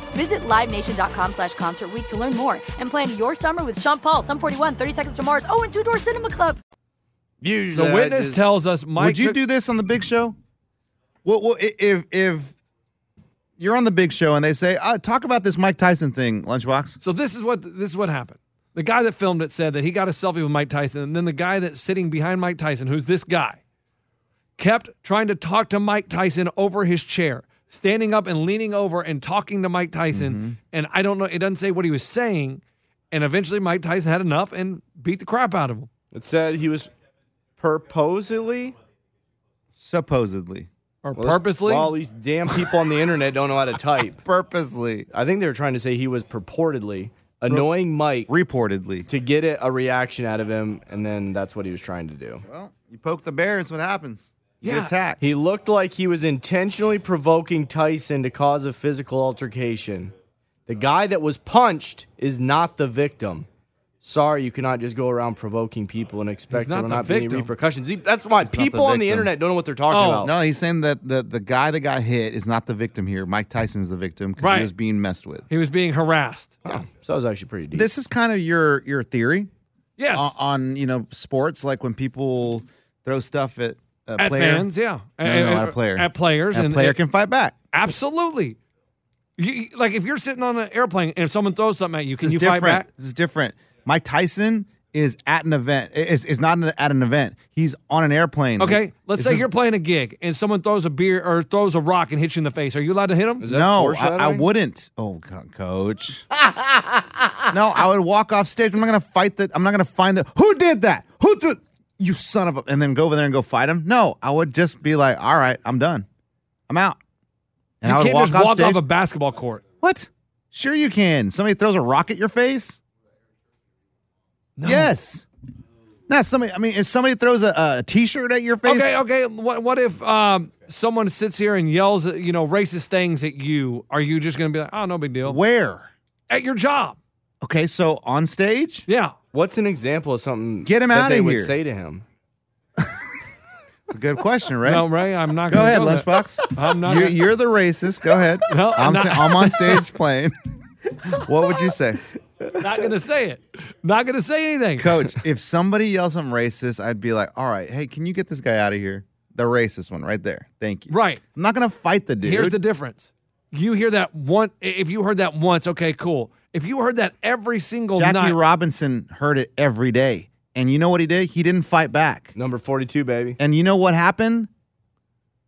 S6: Visit LiveNation.com slash Concert Week to learn more and plan your summer with Sean Paul, Sum 41, 30 Seconds to Mars, oh, and Two Door Cinema Club.
S2: Usually,
S3: The
S2: I
S3: witness
S2: just-
S3: tells us Mike.
S2: Would you
S3: Cook-
S2: do this on the Big Show? Well, well, i- if if you're on the Big Show and they say, uh, "Talk about this Mike Tyson thing, Lunchbox."
S3: So this is what this is what happened. The guy that filmed it said that he got a selfie with Mike Tyson, and then the guy that's sitting behind Mike Tyson, who's this guy, kept trying to talk to Mike Tyson over his chair, standing up and leaning over and talking to Mike Tyson.
S2: Mm-hmm.
S3: And I don't know, it doesn't say what he was saying. And eventually, Mike Tyson had enough and beat the crap out of him.
S5: It said he was purposely
S2: supposedly
S3: or
S5: Well, this-
S3: purposely.
S5: All these damn people on the internet don't know how to type.
S2: purposely.
S5: I think they were trying to say he was purportedly annoying Mike
S2: reportedly
S5: to get it, a reaction out of him, and then that's what he was trying to do.
S2: Well, you poke the bear, it's what happens. You
S5: Yeah.
S2: get attacked.
S5: He looked like he was intentionally provoking Tyson to cause a physical altercation. The guy that was punched is not the victim. Sorry, you cannot just go around provoking people and expect
S2: not
S5: there will
S2: the
S5: not be any
S2: victim.
S5: repercussions. He- That's why
S2: not the
S5: people on the
S2: victim. Oh,
S5: internet don't know what they're talking about.
S2: No, he's saying that the, the guy that got hit is not the victim here. Mike Tyson's the victim because
S3: Right.
S2: he was being messed with.
S3: He was being harassed.
S5: So that was actually pretty deep.
S2: This is kind of your your theory.
S3: Yes.
S2: On, on, you know sports, like when people throw stuff at a
S3: At
S2: player.
S3: fans, yeah.
S2: No,
S3: At-
S2: no,
S3: at-
S2: at a player.
S3: at players,
S2: And a
S3: and-
S2: player
S3: and-
S2: can fight back.
S3: Absolutely. You- You, like if you're sitting on an airplane and if someone throws something at you, can
S2: this
S3: you
S2: is different.
S3: fight back?
S2: This is different. Mike Tyson is at an event. Is is not an- at an event. He's on an airplane.
S3: Okay,
S2: Like,
S3: let's
S2: this
S3: say
S2: is-
S3: you're playing a gig and someone throws a beer or throws a rock and hits you in the face. Are you allowed to hit them?
S2: no, I, I wouldn't. Oh, co- coach. no, I would walk off stage. I'm not gonna fight that. I'm not gonna find that. Who did that? Who threw? You son of a! And then go over there and go fight him. No, I would just be like, all right, I'm done. I'm out. And
S3: you
S2: I would
S3: can't
S2: walk
S3: just
S2: off
S3: walk
S2: stage.
S3: off a basketball court.
S2: What? Sure, you can. Somebody throws a rock at your face. Yes. Not somebody. I mean, if somebody throws a, a t-shirt at your face,
S3: Okay, okay. What what if um, someone sits here and yells you know racist things at you? Are you just going to be like, oh no big deal?
S2: Where?
S3: At your job.
S2: Okay, so on stage.
S3: Yeah.
S5: What's an example of something?
S2: Get him
S5: that
S2: out
S5: they
S2: of
S5: would
S2: here.
S5: Say to him.
S2: It's a good question, Ray.
S3: No, Ray, I'm not.
S2: Go
S3: gonna
S2: ahead,
S3: do that.
S2: Lunchbox.
S3: I'm not.
S2: You're,
S3: gonna-
S2: you're the racist. Go ahead.
S3: No, I'm
S2: I'm,
S3: not.
S2: sa- I'm on stage playing. what would you say,
S3: not going to say it. Not going to say anything.
S2: Coach? If somebody yells I'm racist, I'd be like, "All right, hey, can you get this guy out of here? The racist one, right there. Thank you."
S3: Right.
S2: I'm not gonna fight the dude.
S3: Here's the difference. You hear that one. If you heard that once, okay, cool. If you heard that every single
S2: Jackie
S3: night,
S2: Robinson heard it every day, and you know what he did? He didn't fight back.
S5: Number forty-two, baby.
S2: And you know what happened?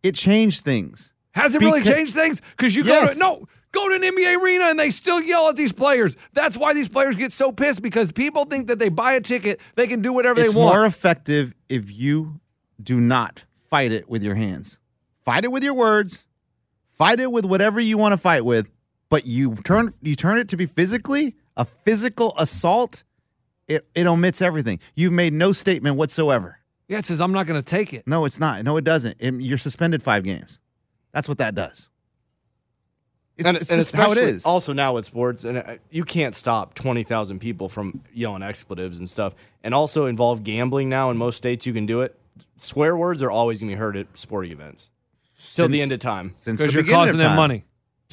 S2: It changed things.
S3: Has it really
S2: Beca-
S3: changed things? Because you go
S2: Yes.
S3: to no, go to an NBA arena and they still yell at these players. That's why these players get so pissed because people think that they buy a ticket, they can do whatever
S2: it's
S3: they want.
S2: more effective if you do not fight it with your hands. Fight it with your words. Fight it with whatever you want to fight with, but you turn you turn it to be physically a physical assault. It it omits everything. You've made no statement whatsoever.
S3: yeah, it says I'm not going to take it.
S2: No, it's not. No, it doesn't. It- you're suspended five games. That's what that does. It's,
S5: and,
S2: it's
S5: and
S2: just how it
S5: especially
S2: is.
S5: Also now with sports, and uh, you can't stop twenty thousand people from yelling expletives and stuff, and also involve gambling now. In most states, you can do it. Swear words are always going to be heard at sporting events till the
S2: Since-
S5: end of time.
S2: since
S3: Because you're causing them money.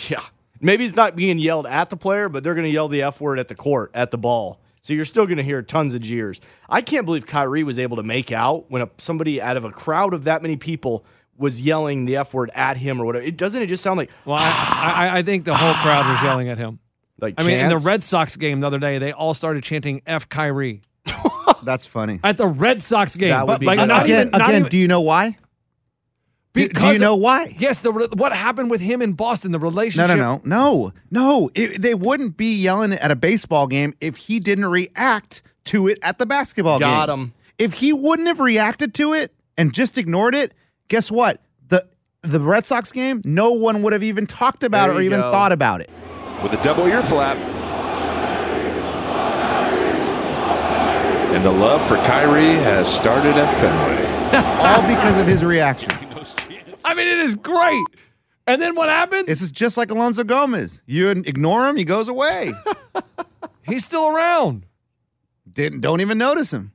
S5: Yeah, maybe it's not being yelled at the player, but they're going to yell the f word at the court at the ball. So you're still going to hear tons of jeers. I can't believe Kyrie was able to make out when a, somebody out of a crowd of that many people was yelling the F word at him or whatever. It doesn't it just sound like
S3: Well, I, I, I think the whole crowd was yelling at him.
S5: Like
S3: I mean, in the
S5: chants?
S3: Red Sox game the other day, they all started chanting "F Kyrie"
S2: That's funny.
S3: at the Red Sox game.
S2: That would
S3: But
S2: be
S3: like
S2: good.
S3: not
S2: Again-
S3: even not
S2: again,
S3: even,
S2: do you know why? do you
S3: because
S2: know
S3: of-
S2: why?
S3: Yes, the re- what happened with him in Boston, the
S2: No,
S3: relationship.
S2: no, no, no, no. It, they wouldn't be yelling at a baseball game if he didn't react to it at the basketball game.
S5: Got him.
S2: If he wouldn't have reacted to it and just ignored it, guess what? The the Red Sox game, no one would have even talked about
S10: There
S2: it or
S10: you
S2: even
S10: go.
S2: thought about it.
S10: with a double ear flap. And the love for Kyrie has started at Fenway.
S2: All because of his reaction.
S3: I mean, it is great. And then what happens?
S2: This is just like Alonso Gomez. You ignore him, he goes away.
S3: He's still around.
S2: Didn't don't even notice him.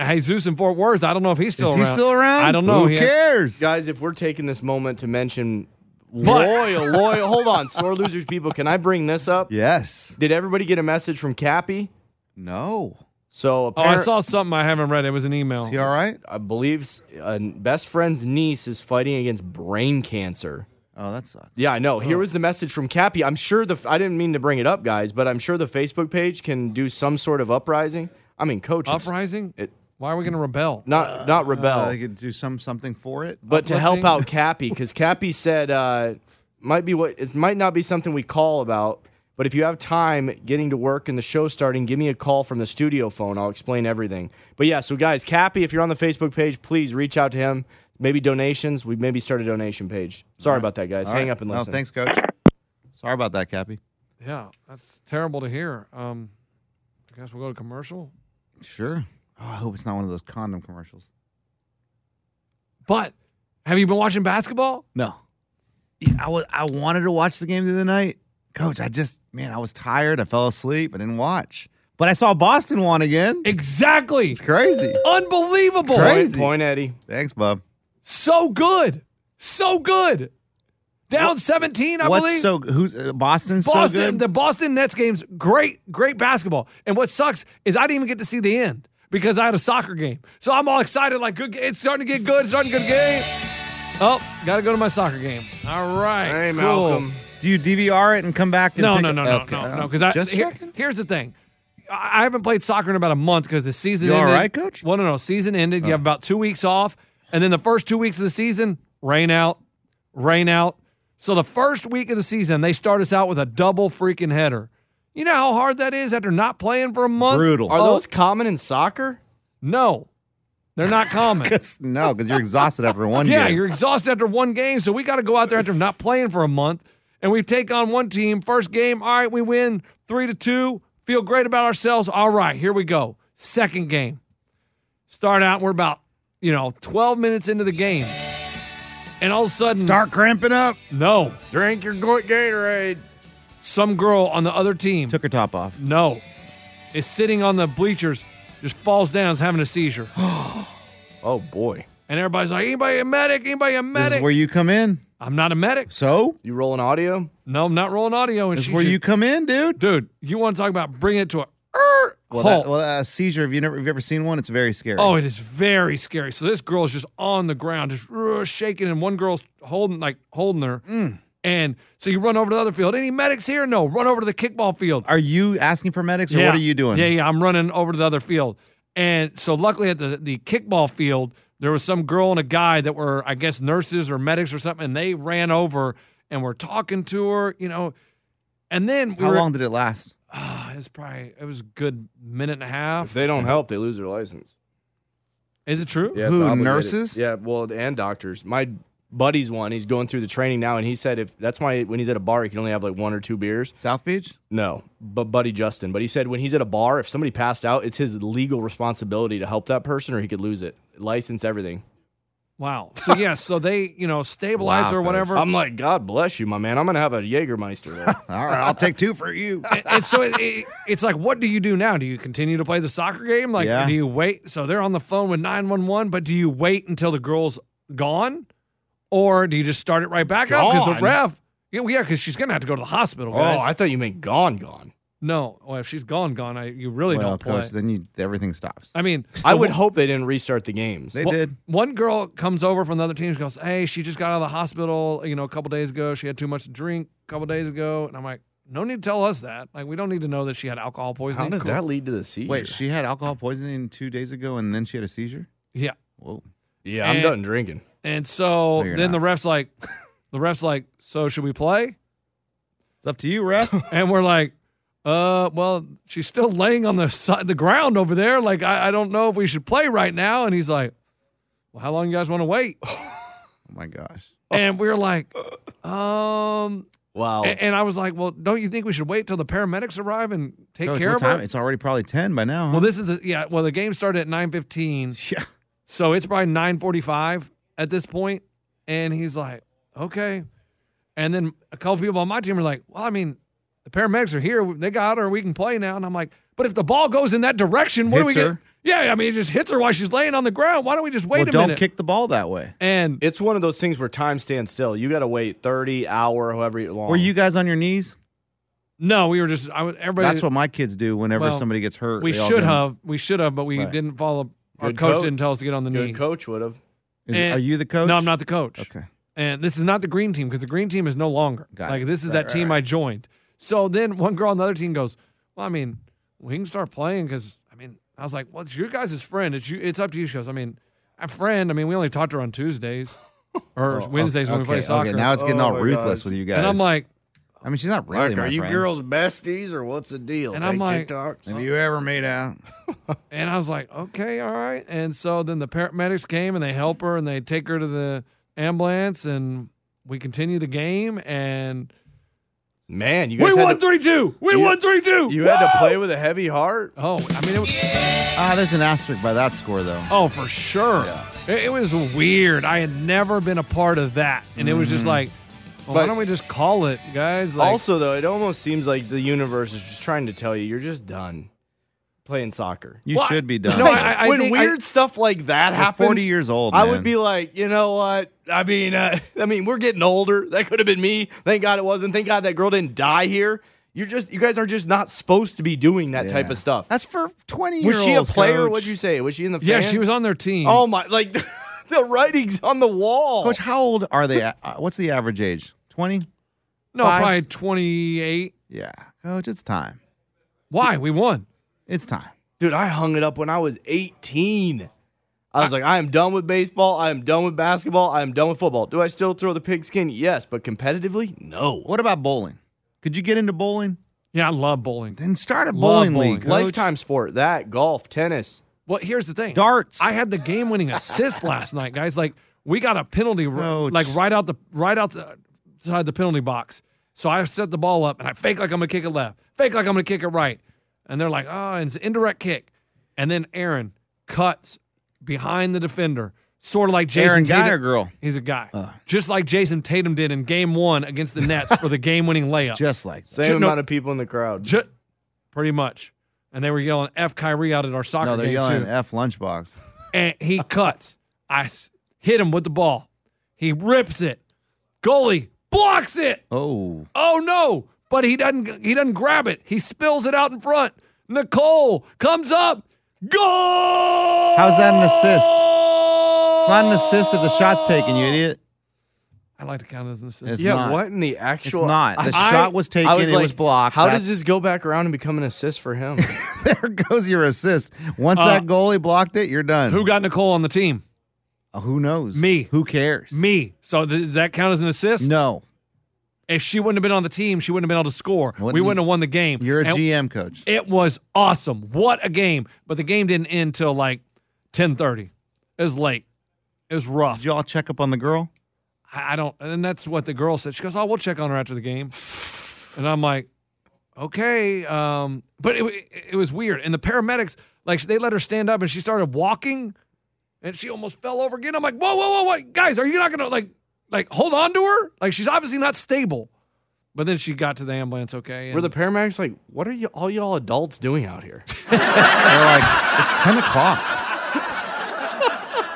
S3: Jesus in Fort Worth. I don't know if he's still
S5: he
S3: around.
S5: still around?
S3: I don't know.
S5: Who
S3: He-
S2: cares?
S5: Guys, if we're taking this moment to mention
S3: But-
S5: loyal, loyal, hold on, sore losers people, can I bring this up?
S2: Yes.
S5: Did everybody get a message from Cappy?
S2: No.
S5: So
S3: Oh, I
S5: apparently,
S3: saw something I haven't read. It was an email.
S2: all right?
S5: I believe s- a best friend's niece is fighting against brain cancer.
S2: Oh, that sucks.
S5: Yeah, I know.
S3: Oh.
S5: Here was the message from Cappy. I'm sure the f- I didn't mean to bring it up, guys, but I'm sure the Facebook page can do some sort of uprising. I mean, coach, it's-
S3: Uprising?
S5: It-
S3: Why are we going to rebel?
S5: not not rebel.
S2: Uh, they could do some something for it.
S5: but to help
S2: Uplifting.
S5: out Cappy, because Cappy said uh, might be what it might not be something we call about, but if you have time getting to work and the show starting, give me a call from the studio phone. I'll explain everything. But yeah, so guys, Cappy, if you're on the Facebook page, please reach out to him. Maybe donations. We maybe start a donation page. Sorry about that, guys.
S2: All
S5: Hang
S2: right.
S5: up and
S2: No,
S5: listen.
S2: thanks, coach. Sorry about that, Cappy.
S3: Yeah, that's terrible to hear. Um, I guess we'll go to commercial.
S2: Sure. Oh, I hope it's not one of those condom commercials.
S3: But have you been watching basketball?
S2: No. Yeah, I was I wanted to watch the game the other night. Coach, I just man, I was tired. I fell asleep. I didn't watch. But I saw Boston won again.
S3: Exactly.
S2: It's crazy.
S3: Unbelievable.
S2: Crazy.
S5: Point Eddie.
S2: Thanks, Bub.
S3: So good. So good. Down 17, I
S2: What's
S3: believe.
S2: so who's uh, Boston's
S3: Boston,
S2: so good?
S3: the Boston Nets game's great, great basketball. And what sucks is I didn't even get to see the end because I had a soccer game. So I'm all excited, like good. It's starting to get good. It's starting to get good. Oh, gotta go to my soccer game. All right,
S5: Hey,
S3: cool.
S5: Malcolm.
S2: Do you DVR it and come back? And
S3: No,
S2: pick
S3: no,
S2: it-
S3: no, no,
S2: okay.
S3: no,
S2: Uh,
S3: no. Because I
S2: just
S3: here-
S2: checking.
S3: here's the thing. I I haven't played soccer in about a month because the season.
S2: You all
S3: ended.
S2: right, coach? Oh.
S3: Well, no, no. Season ended. You have about two weeks off, and then the first two weeks of the season, rain out, rain out. So the first week of the season, they start us out with a double freaking header. You know how hard that is after not playing for a month.
S2: brutal.
S5: Are
S3: Oh.
S5: those common in soccer?
S3: No, they're not common.
S2: 'Cause- no, because you're exhausted after one
S3: yeah,
S2: game.
S3: you're exhausted after one game, so we got to go out there after not playing for a month, and we take on one team. First game, all right, we win three to two. Feel great about ourselves. All right, here we go. Second game, start out. We're about you know 12 minutes into the game, and all of a sudden,
S2: Start cramping up.
S3: no,
S5: Drink your go- Gatorade.
S3: some girl on the other team,
S2: Took her top off.
S3: no, is sitting on the bleachers, just falls down, is having a seizure,
S5: Oh boy,
S3: and everybody's like, anybody a medic? Anybody a
S2: This
S3: medic?
S2: is where you come in.
S3: I'm not a medic.
S2: So
S5: you rolling audio?
S3: No, I'm not rolling audio. And
S2: this is
S3: she
S2: where
S3: should-
S2: you come in, dude.
S3: dude, you want to talk about bringing it to a er,
S2: Well,
S3: halt.
S2: that, well, uh, seizure. Have you never have you ever seen one? It's very scary.
S3: oh, it is very scary. So this girl's just on the ground, just uh, shaking, and one girl's holding like holding her.
S2: Hmm.
S3: And so you run over to the other field. Any medics here? No. Run over to the kickball field.
S2: Are you asking for medics or what are you doing?
S3: Yeah, yeah. I'm running over to the other field. And so luckily at the, the kickball field, there was some girl and a guy that were, I guess, nurses or medics or something, and they ran over and were talking to her, you know. And then we
S2: How
S3: were,
S2: long did it last?
S3: Ah, it was probably it was a good minute and a half.
S5: If they don't help, they lose their license.
S3: Is it true?
S5: Yeah, it's
S2: Who,
S5: obligated.
S2: nurses?
S5: Yeah, well, and doctors. My buddy's one. He's going through the training now, and he said if that's why when he's at a bar, he can only have like one or two beers.
S2: South Beach?
S5: No, but buddy Justin. But he said when he's at a bar, if somebody passed out, it's his legal responsibility to help that person, or he could lose it, license, everything.
S3: Wow. So yeah, so they, you know, stabilize
S2: Wow,
S3: or
S2: guys.
S3: whatever.
S5: I'm like, God bless you, my man. I'm gonna have a Jägermeister. Oh, though."
S2: All right, I'll take two for you.
S3: and so it, it, it's like, what do you do now? Do you continue to play the soccer game? Like,
S2: Yeah.
S3: do you wait? So they're on the phone with 911, but do you wait until the girl's gone? Or do you just start it right back up? Because the
S5: Gone?
S3: ref, yeah, well, yeah, because she's going to have to go to the hospital,
S5: oh,
S3: guys.
S5: I thought you meant gone, gone.
S3: No, well, if she's gone, gone, I you really
S2: well,
S3: don't play.
S2: coach, then you everything stops.
S3: I mean,
S5: I
S3: so
S5: would
S3: wh-
S5: hope they didn't restart the games.
S2: They
S3: Wha-
S2: did.
S3: One girl comes over from the other team. She goes, "Hey, she just got out of the hospital. You know, a couple days ago, she had too much to drink. A couple days ago." And I'm like, "No need to tell us that. Like, we don't need to know that she had alcohol poisoning." Cool.
S5: lead to the seizure?
S2: Wait, she had alcohol poisoning two days ago, and then she had a seizure.
S3: Yeah.
S2: Whoa.
S5: Yeah, I'm
S3: And-
S5: done drinking.
S3: And so
S2: No, you're
S3: then the ref's like, "The ref's like, so should we play?"
S2: It's up to you, ref. Oh
S3: And we're like, "Uh, well, she's still laying on the side, the ground over there. Like, I, I don't know if we should play right now." And he's like, "Well, how long you guys want to wait?"
S2: Oh my gosh.
S3: and we are like, um,
S5: Wow.
S2: Oh.
S3: a- and, I was like, well, don't you think we should wait till the paramedics arrive and take
S2: Coach,
S3: care
S2: what
S3: of
S2: time?
S3: her?
S2: It's already probably ten by now.
S3: Well,
S2: huh?
S3: this is the yeah. Well, the game started at nine fifteen,
S2: yeah.
S3: so it's probably nine forty five at this point. And he's like, okay. And then a couple people on my team are like, well, I mean, the paramedics are here. They got her. We can play now. And I'm like, but if the ball goes in that direction, what do we
S2: Hits
S3: get?
S2: her.
S3: Yeah, I mean, it just hits her while she's laying on the ground. Why don't we just wait
S2: well,
S3: a
S2: don't
S3: minute?
S2: kick the ball that way.
S3: and
S5: It's one of those things where time stands still. You got to wait 30, hour, however long.
S2: Were you guys on your knees?
S3: no, we were just I was everybody.
S2: That's what my kids do whenever
S3: Well,
S2: somebody gets hurt.
S3: We
S2: they all
S3: should
S2: go-
S3: have. We should have, but we
S2: Right.
S3: didn't follow. Our
S5: Good
S3: coach,
S5: coach.
S3: didn't tell us to get on the
S5: Good
S3: knees.
S5: coach would have.
S2: Is-
S3: And-
S2: are you the coach?
S3: No, I'm not the coach.
S2: Okay.
S3: And this is not the green team because the green team is no longer.
S2: Got
S3: like
S2: it.
S3: this is
S2: Right,
S3: that
S2: right,
S3: team
S2: right.
S3: I joined. So then one girl on the other team goes, "Well, I mean, we can start playing because I mean, I was like, well, it's your guys' friend. It's you. It's up to you." She goes, "I mean, a friend. I mean, we only talked to her on Tuesdays or
S2: Oh,
S3: Wednesdays when we
S2: okay,
S3: play
S2: okay,
S3: soccer."
S2: now it's getting
S11: Oh
S2: all
S11: my
S2: ruthless
S11: gosh.
S2: with you guys.
S3: and I'm like,
S2: I mean, she's not really.
S11: Like,
S2: my
S11: are you
S2: friend.
S11: girls besties or what's the deal?
S3: And
S11: Take
S3: I'm like-
S11: TikToks?
S2: Have you ever made out?
S3: and I was like, "Okay, all right." And so then the paramedics came and they help her and they take her to the ambulance and we continue the game and
S5: Man, you
S3: we
S5: guys had
S3: won
S5: to,
S3: three two. We
S5: You-
S3: won three two.
S5: you had to play with a heavy heart.
S3: Oh, I mean, it was,
S2: Ah, there's an asterisk by that score though.
S3: oh, for sure. It, it was weird. I had never been a part of that, and it was just like, well, why
S5: Mm-hmm. But-
S3: don't we just call it, guys? Like,
S5: also, though, it almost seems like the universe is just trying to tell you you're just done playing soccer.
S2: You
S3: Well,
S2: should be done.
S3: No, I- I
S5: when
S3: think I-
S5: weird stuff like that
S2: You're
S5: happens,
S2: 40 years old.
S5: I
S2: man.
S5: would be like, you know what? I mean, uh, I mean, we're getting older. That could have been me. Thank God it wasn't. Thank God that girl didn't die here. You're just, you guys are just not supposed to be doing that type
S2: Yeah.
S5: of stuff.
S2: That's for 20 years.
S5: was she a player? What'd you say? Was she in the?
S3: yeah,
S5: fan?
S3: she was on their team.
S5: Oh my! Like the writing's on the wall.
S2: Coach, how old are they? at- uh, What's the average age? 20?
S3: no,
S2: five.
S3: probably twenty eight.
S2: Yeah. Coach, it's time.
S3: Why we won?
S2: It's time.
S5: Dude, I hung it up when I was 18. I was like, I am done with baseball. I am done with basketball. I am done with football. Do I still throw the pigskin? Yes, but competitively, no.
S2: What about bowling? Could you get into bowling?
S3: Yeah, I love bowling.
S2: Then start a
S3: Love
S2: bowling,
S3: bowling.
S2: league. Coach.
S5: Lifetime sport, that, golf, tennis.
S3: Well, here's the thing.
S2: Darts.
S3: I had the game winning assist last night, guys. Like we got a penalty r-
S2: Ouch.
S3: like right out the right out the side the penalty box. So I set the ball up and I fake like I'm gonna kick it left, fake like I'm gonna kick it right. And they're like, oh, and it's an indirect kick. And then Aaron cuts behind the defender, sort of like Jason
S2: Aaron guy
S3: Tatum.
S2: or girl? Uh.
S3: He's a guy. Just like Jason Tatum did in game one against the Nets for the game winning layup.
S2: Just like that.
S5: Same
S3: Ju- no.
S5: amount of people in the crowd.
S3: Ju- pretty much. And they were yelling F Kyrie out at our soccer
S2: No, they're
S3: game
S2: yelling
S3: too
S2: F lunchbox.
S3: and he cuts. I s- hit him with the ball. He rips it. Goalie blocks it.
S2: Oh.
S3: Oh no! But he doesn't. He doesn't grab it. He spills it out in front. Nicole comes up. Goal!
S2: How's that an assist? It's not an assist if the shot's taken, you idiot.
S3: I like to count it as an assist.
S2: It's
S5: yeah,
S2: not.
S5: what in the actual?
S2: It's not. The
S5: I-
S2: shot was taken,
S5: I
S2: it was blocked.
S5: How
S2: That-
S5: does this go back around and become an assist for him?
S2: There goes your assist. Once
S3: Uh,
S2: that goalie blocked it, you're done.
S3: Who got Nicole on the team?
S2: Uh, who knows?
S3: Me.
S2: Who cares?
S3: Me. So th- does that count as an assist?
S2: No.
S3: If she wouldn't have been on the team, she wouldn't have been able to score. we
S2: Wouldn't-
S3: wouldn't have won the game.
S2: You're a
S3: And-
S2: GM coach.
S3: It was awesome. What a game! But the game didn't end till like ten thirty. It was late. It was rough.
S2: Did y'all check up on the girl?
S3: I, I don't. And that's what the girl said. She goes, "Oh, we'll check on her after the game." And I'm like, "Okay." Um, but it wa- it was weird. And the paramedics, like, they let her stand up, and she started walking, and she almost fell over again. I'm like, "Whoa, whoa, whoa, whoa, guys! Are you not gonna like, like, hold on to her? Like, she's obviously not stable." But then she got to the ambulance, okay.
S5: Were
S3: and-
S5: the paramedics like, what are you all y'all adults doing out here?
S2: They're like, it's 10 o'clock.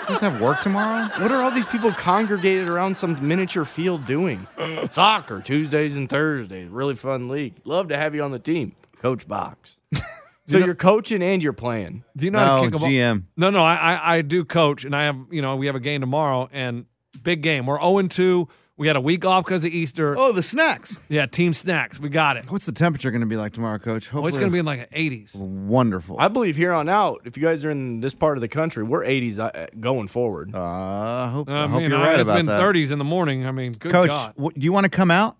S2: You guys have work tomorrow?
S5: What are all these people congregated around some miniature field doing? Soccer, Tuesdays and Thursdays. Really fun league. Love to have you on the team. Coach Box. so
S3: You know-
S5: you're coaching and you're playing.
S3: Do you know how to kick a ball? No, no, I, I I do coach, and I have you know we have a game tomorrow and big game. We're zero and two. We had a week off because of Easter.
S2: Oh, the snacks.
S3: Yeah, team snacks. We got it.
S2: What's the temperature going to be like tomorrow, Coach?
S3: Oh, it's
S2: Hopefully-
S3: going to be in like the 80s.
S2: wonderful.
S5: I believe here on out, if you guys are in this part of the country, we're 80s uh, going forward.
S2: Uh, I hope,
S5: I
S3: I
S5: hope
S3: mean,
S5: you're
S3: I-
S5: right
S3: it's
S5: about
S3: been
S5: that.
S3: 30s in the morning. I mean, good
S2: Coach,
S3: God.
S2: w- do you want to come out?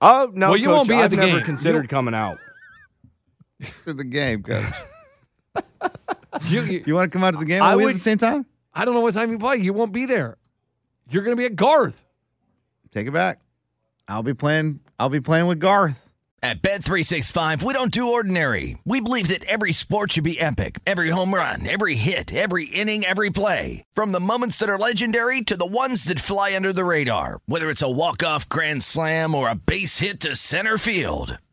S5: Oh no,
S3: Well, you
S5: Coach,
S3: won't be at
S5: I've
S3: the
S5: never
S3: game.
S5: considered
S3: You-
S5: coming out.
S2: to the game, Coach.
S3: you, you,
S2: want to come out to the game? Are we at the same time?
S3: I don't know what time you play. You won't be there. You're going to be at Garth.
S2: Take it back. I'll be playing. I'll be playing with Garth.
S12: At Bet365, we don't do ordinary. We believe that every sport should be epic. Every home run, every hit, every inning, every play. From the moments that are legendary to the ones that fly under the radar. Whether it's a walk-off grand slam or a base hit to center field.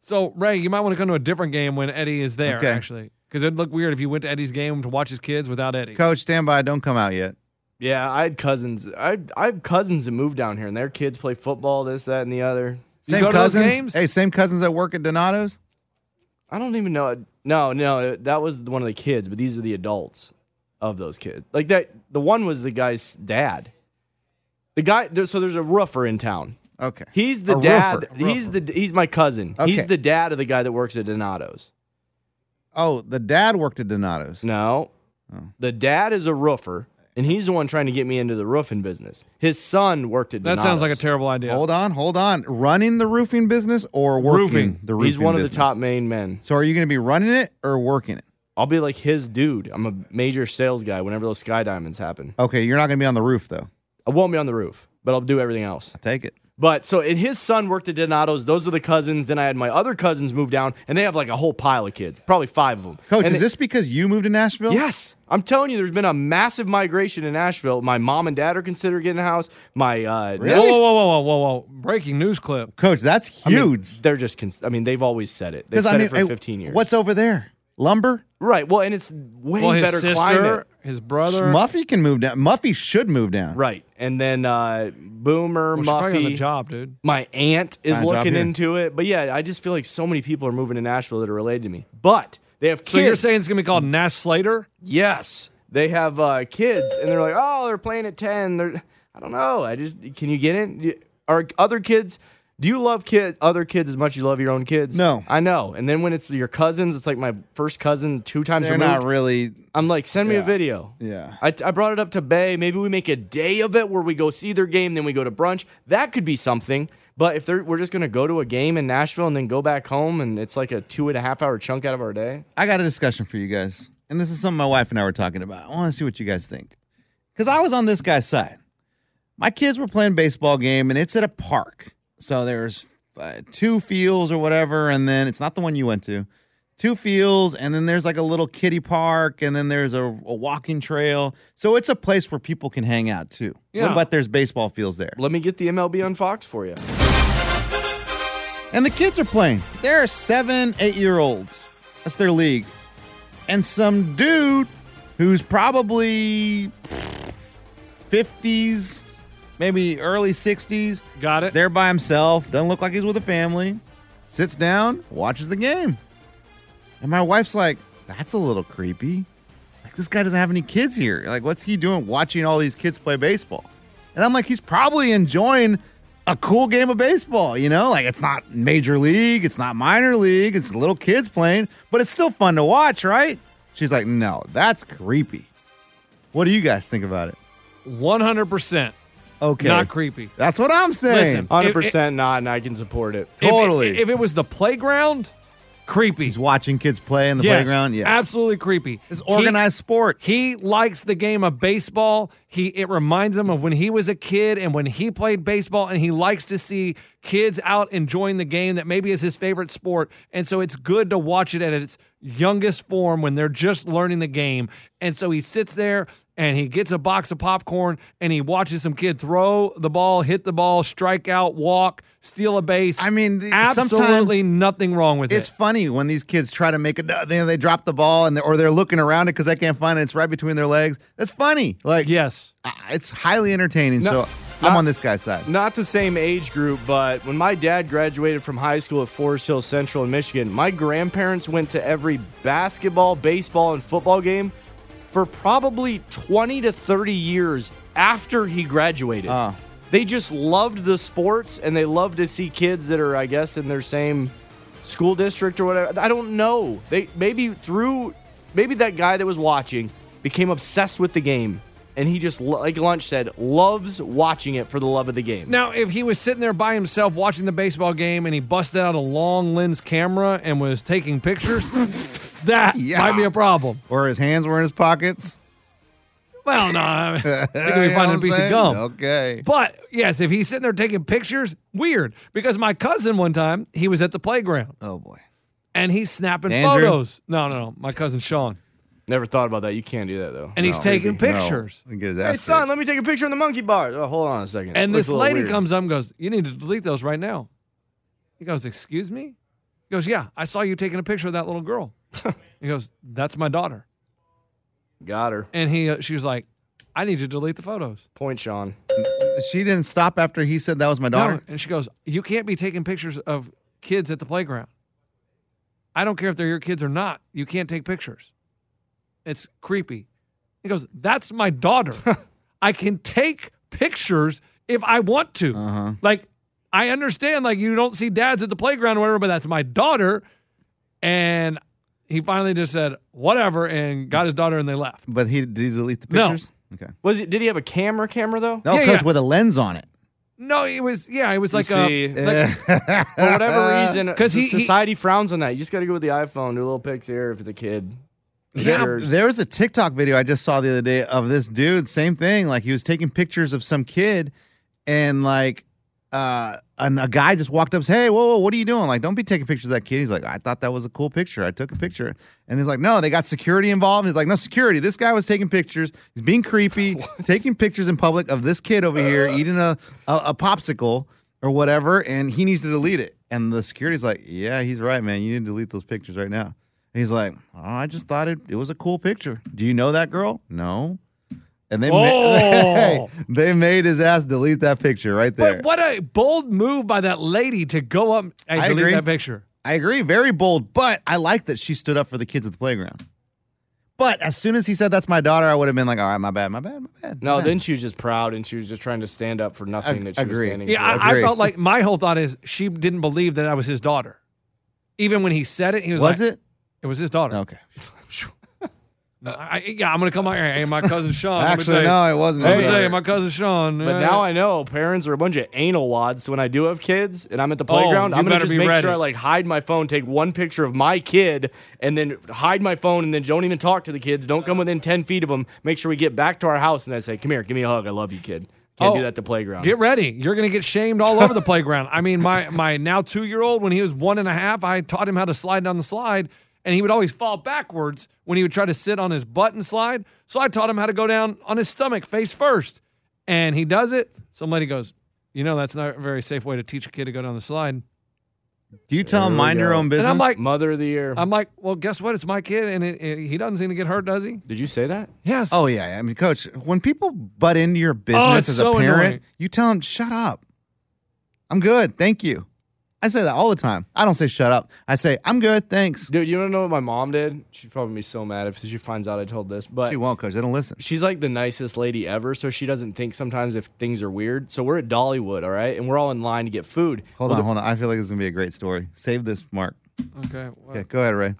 S3: So, Ray, you might want to come to a different game when Eddie is there,
S2: Okay.
S3: actually. Because it'd look weird if you went to Eddie's game to watch his kids without Eddie.
S2: Coach, stand by. Don't come out yet.
S5: Yeah, I had cousins. I I have cousins that moved down here, and their kids play football, this, that, and the other.
S2: cousins. Hey, same cousins that work at Donato's.
S5: I don't even know. No, no, that was one of the kids, but these are the adults of those kids. Like that, the one was the guy's dad. The guy, there, so there's a roofer in town.
S2: Okay,
S5: he's the
S2: A
S5: dad.
S2: roofer, a
S5: He's the he's my cousin.
S2: Okay.
S5: He's the dad of the guy that works at Donato's.
S2: Oh, the dad worked at Donato's.
S5: No,
S2: Oh.
S5: the dad is a roofer, and he's the one trying to get me into the roofing business. His son worked at.
S3: That sounds
S5: Donato's.
S3: like a terrible idea.
S2: Hold on, hold on. Running the roofing business or working
S5: Roofing.
S2: the roofing?
S5: He's one of the
S2: business?
S5: top main men.
S2: So are you going to be running it or working it?
S5: I'll be like his dude. I'm a major sales guy. Whenever those sky diamonds happen,
S2: Okay, you're not going to be on the roof though.
S5: I won't be on the roof, but I'll do everything else.
S2: Take it.
S5: But so and his son worked at Donato's. Those are the cousins. Then I had my other cousins move down, and they have like a whole pile of kids, probably five of them. And
S2: Coach, is
S5: they-
S2: this because you moved to Nashville?
S5: Yes, I'm telling you, there's been a massive migration in Nashville. My mom and dad are considering getting a house. My uh,
S3: Whoa, whoa, whoa, whoa, whoa, whoa. Breaking news clip.
S2: Coach, that's huge.
S5: they're just. Cons- I mean, they've always said it. They've
S2: 'Cause, I
S5: said
S2: mean,
S5: it for
S2: hey,
S5: 15 years.
S2: What's over there? Lumber?
S5: right? Well, and it's way
S3: well, his
S5: better
S3: sister,
S5: climate.
S3: his brother.
S2: Muffy can move down. Muffy should move down.
S5: Right, and then uh, Boomer
S3: Well, she
S5: Muffy.
S3: probably has a job, dude.
S5: My aunt is
S3: Find a job
S5: looking
S3: here.
S5: into it, but yeah, I just feel like so many people are moving to Nashville that are related to me. But they have kids.
S3: So you're saying it's going to be called Nass Slater?
S5: Yes, they have uh, kids, and they're like, oh, they're playing at ten. They're, I don't know. I just can you get in? You- Are other kids? Do you love kid other kids as much as you love your own kids? No, I know. And then when it's your cousins, it's like my first cousin two times.
S2: They're
S5: removed.
S2: not really.
S5: I'm like, send me a
S2: Yeah.
S5: video.
S2: Yeah.
S5: I, I brought it up to Bay. Maybe we make a day of it where we go see their game, then we go to brunch. That could be something. But if they're, we're just going to go to a game in Nashville and then go back home, and it's like a two and a half hour chunk out of our day.
S2: I got a discussion for you guys, and this is something my wife and I were talking about. I want to see what you guys think, because I was on this guy's side. My kids were playing baseball game, and it's at a park, so there's uh, two fields or whatever, and then it's not the one you went to. Two fields, and then there's like a little kiddie park, and then there's a, a walking trail. So it's a place where people can hang out too.
S5: Yeah.
S2: But there's baseball fields there.
S5: Let me get the MLB on Fox for you.
S2: And the kids are playing. There are seven, eight year olds. That's their league. And some dude who's probably 50s, maybe early 60s.
S3: Got it.
S2: There by himself. Doesn't look like he's with a family. Sits down, watches the game. And my wife's like, that's a little creepy. Like, this guy doesn't have any kids here. Like, what's he doing watching all these kids play baseball? And I'm like, he's probably enjoying a cool game of baseball, you know? Like, it's not major league, it's not minor league, it's little kids playing, but it's still fun to watch, right? She's like, no, that's creepy. What do you guys think about it?
S3: 100%.
S2: Okay.
S3: Not creepy.
S2: That's what I'm saying.
S3: Listen, if-
S5: 100% not, and I can support it.
S3: If- If, if it was the playground, creepy. He's
S2: watching kids play in the playground, yes.
S3: Absolutely creepy. It's
S2: organized sports.
S3: He likes the game of baseball. He it reminds him of when he was a kid and when he played baseball and he likes to see kids out enjoying the game that maybe is his favorite sport. And so it's good to watch it at its youngest form when they're just learning the game. And so he sits there and he gets a box of popcorn and he watches some kid throw the ball, hit the ball, strike out, walk, steal a base. I
S2: mean,
S3: absolutely nothing wrong with
S2: it's
S3: it.
S2: funny when these kids try to make a they, they drop the ball and they, or they're looking around it because they can't find it. It's right between their legs. That's funny. Like
S3: yes,
S2: it's highly entertaining.
S5: No-
S2: so I'm on this guy's side.
S5: Not the same age group, but when my dad graduated from high school at Forest Hill Central in Michigan, my grandparents went to every basketball, baseball, and football game for probably 20 to 30 years after he graduated. They just loved the sports and they love to see kids that are, I guess, in their same school district or whatever. I don't know. They maybe through maybe that guy that was watching became obsessed with the game and he just lo- like lunch said loves watching it for the love of the game.
S3: Now, if he was sitting there by himself watching the baseball game and he busted out a long lens camera and was taking pictures, that might be a problem.
S2: Or his hands were in his pockets.
S3: Well, no, I mean,
S2: You
S3: they could be
S2: know
S3: finding a
S2: what
S3: piece
S2: I'm
S3: of gum.
S2: saying? Okay.
S3: But yes, if he's sitting there taking pictures, weird. Because my cousin one time he was at the playground.
S2: Oh boy.
S3: And he's snapping
S5: Andrew?
S3: photos. No, no, no. My cousin Sean.
S5: Never thought about that. You can't do that though.
S3: And he's taking pictures.
S5: Hey son, let me take a picture in the monkey bars. Oh, hold on a second.
S3: And
S5: Looks
S3: this
S5: a little
S3: lady
S5: weird.
S3: comes up and goes, You need to delete those right now. He goes, Excuse me? He goes, Yeah, I saw you taking a picture of that little girl. he goes, That's my daughter.
S5: Got her.
S3: And he, uh, she was like, I need to delete the photos.
S5: Point Sean.
S2: She didn't stop after he said that was my daughter.
S3: And she goes, You can't be taking pictures of kids at the playground. I don't care if they're your kids or not. You can't take pictures. It's creepy. He goes, That's my daughter. I can take pictures if I want to.
S5: Uh-huh.
S2: Uh-huh.
S3: Like, I understand, like, you don't see dads at the playground or whatever, but that's my daughter. And he finally just said, Whatever, and got his daughter and they left.
S2: But he did he delete the
S3: No.
S2: pictures? Okay.
S5: Was it? Did he have a camera? Camera though?
S2: No,
S3: Yeah,
S2: coach
S3: yeah.
S2: with a lens on it.
S3: No, it was, yeah, it was
S5: You
S3: like
S5: see.
S3: a.
S2: eh,
S3: Like,
S5: For whatever reason, because
S3: Because he- he-
S5: society frowns on that. You just got to go with the iPhone, do a little pics here if it's a kid.
S2: Yeah,
S5: Pictures.
S2: there was a TikTok video I just saw the other day of this dude. Same thing. Like he was taking pictures of some kid, and like, uh, and a guy just walked up, and said, "Hey, whoa, whoa, what are you doing? Like, don't be taking pictures of that kid." He's like, "I thought that was a cool picture. I took a picture." And he's like, "No, they got security involved." He's like, "No security. This guy was taking pictures. He's being creepy, taking pictures in public of this kid over here
S3: Uh.
S2: eating a, a a popsicle or whatever, and he needs to delete it." And the security's like, "Yeah, he's right, man. You need to delete those pictures right now." And he's like, oh, I just thought it, it was a cool picture. Do you know that girl? No. And they, ma-
S3: Oh.
S2: they made his ass delete that picture right there.
S3: But what a bold move by that lady to go up and
S2: I
S3: delete
S2: agree.
S3: that picture.
S2: I agree. Very bold, but I like that she stood up for the kids at the playground. But as soon as he said, that's my daughter, I would have been like, all right, my bad, my bad, my bad.
S5: No, then she was just proud and she was just trying to stand up for nothing that she was
S2: agree.
S5: standing
S3: Yeah,
S5: for.
S3: I, I felt like my whole thought is she didn't believe that that was his daughter. Even when he said it, he was,
S2: Was
S3: like,
S2: it?
S3: It was his daughter.
S2: Okay.
S3: I, I- yeah, I'm gonna come out here. Hey, my cousin Sean. Oh, let me
S5: Actually,
S3: tell you-
S5: no, it wasn't
S3: Let
S5: his
S3: me tell you,
S5: daughter.
S3: my cousin Sean.
S5: But now I know parents are a bunch of anal wads. So when I do have kids and I'm at the
S3: Oh,
S5: playground,
S3: you
S5: I'm gonna
S3: better
S5: just
S3: be
S5: make
S3: ready.
S5: sure I like hide my phone, take one picture of my kid, and then hide my phone, and then don't even talk to the kids. Don't come within ten feet of them. Make sure we get back to our house, and I say, "Come here, give me a hug. I love you, kid." Can't
S3: Oh,
S5: do that at the playground.
S3: Get ready. You're going to get shamed all over the playground. I mean, my my now two year old, when he was one and a half, I taught him how to slide down the slide, and he would always fall backwards when he would try to sit on his butt and slide. So I taught him how to go down on his stomach face first, and he does it. Some lady goes, "You know, that's not a very safe way to teach a kid to go down the slide."
S2: Do you tell him mind your own business?
S3: And I'm like,
S5: Mother of the year.
S3: I'm like, well, guess what? It's my kid, and it, it- he doesn't seem to get hurt, does he?
S5: Did you say that?
S3: Yes.
S2: Oh, yeah. I mean, coach, when people butt into your business
S3: Oh, it's
S2: as
S3: so
S2: a parent,
S3: annoying.
S2: you tell them, shut up. I'm good. Thank you. I say that all the time. I don't say shut up. I say I'm good, thanks.
S5: Dude, you don't know what my mom did? She'd probably be so mad if she finds out I told this. But
S2: she won't, cause they don't listen.
S5: She's like the nicest lady ever, so she doesn't think sometimes if things are weird. So we're at Dollywood, all right, and we're all in line to get food.
S2: Hold on, hold on. I feel like this is gonna be a great story. Save this, Mark.
S3: Okay.
S2: Okay, go ahead, Ray.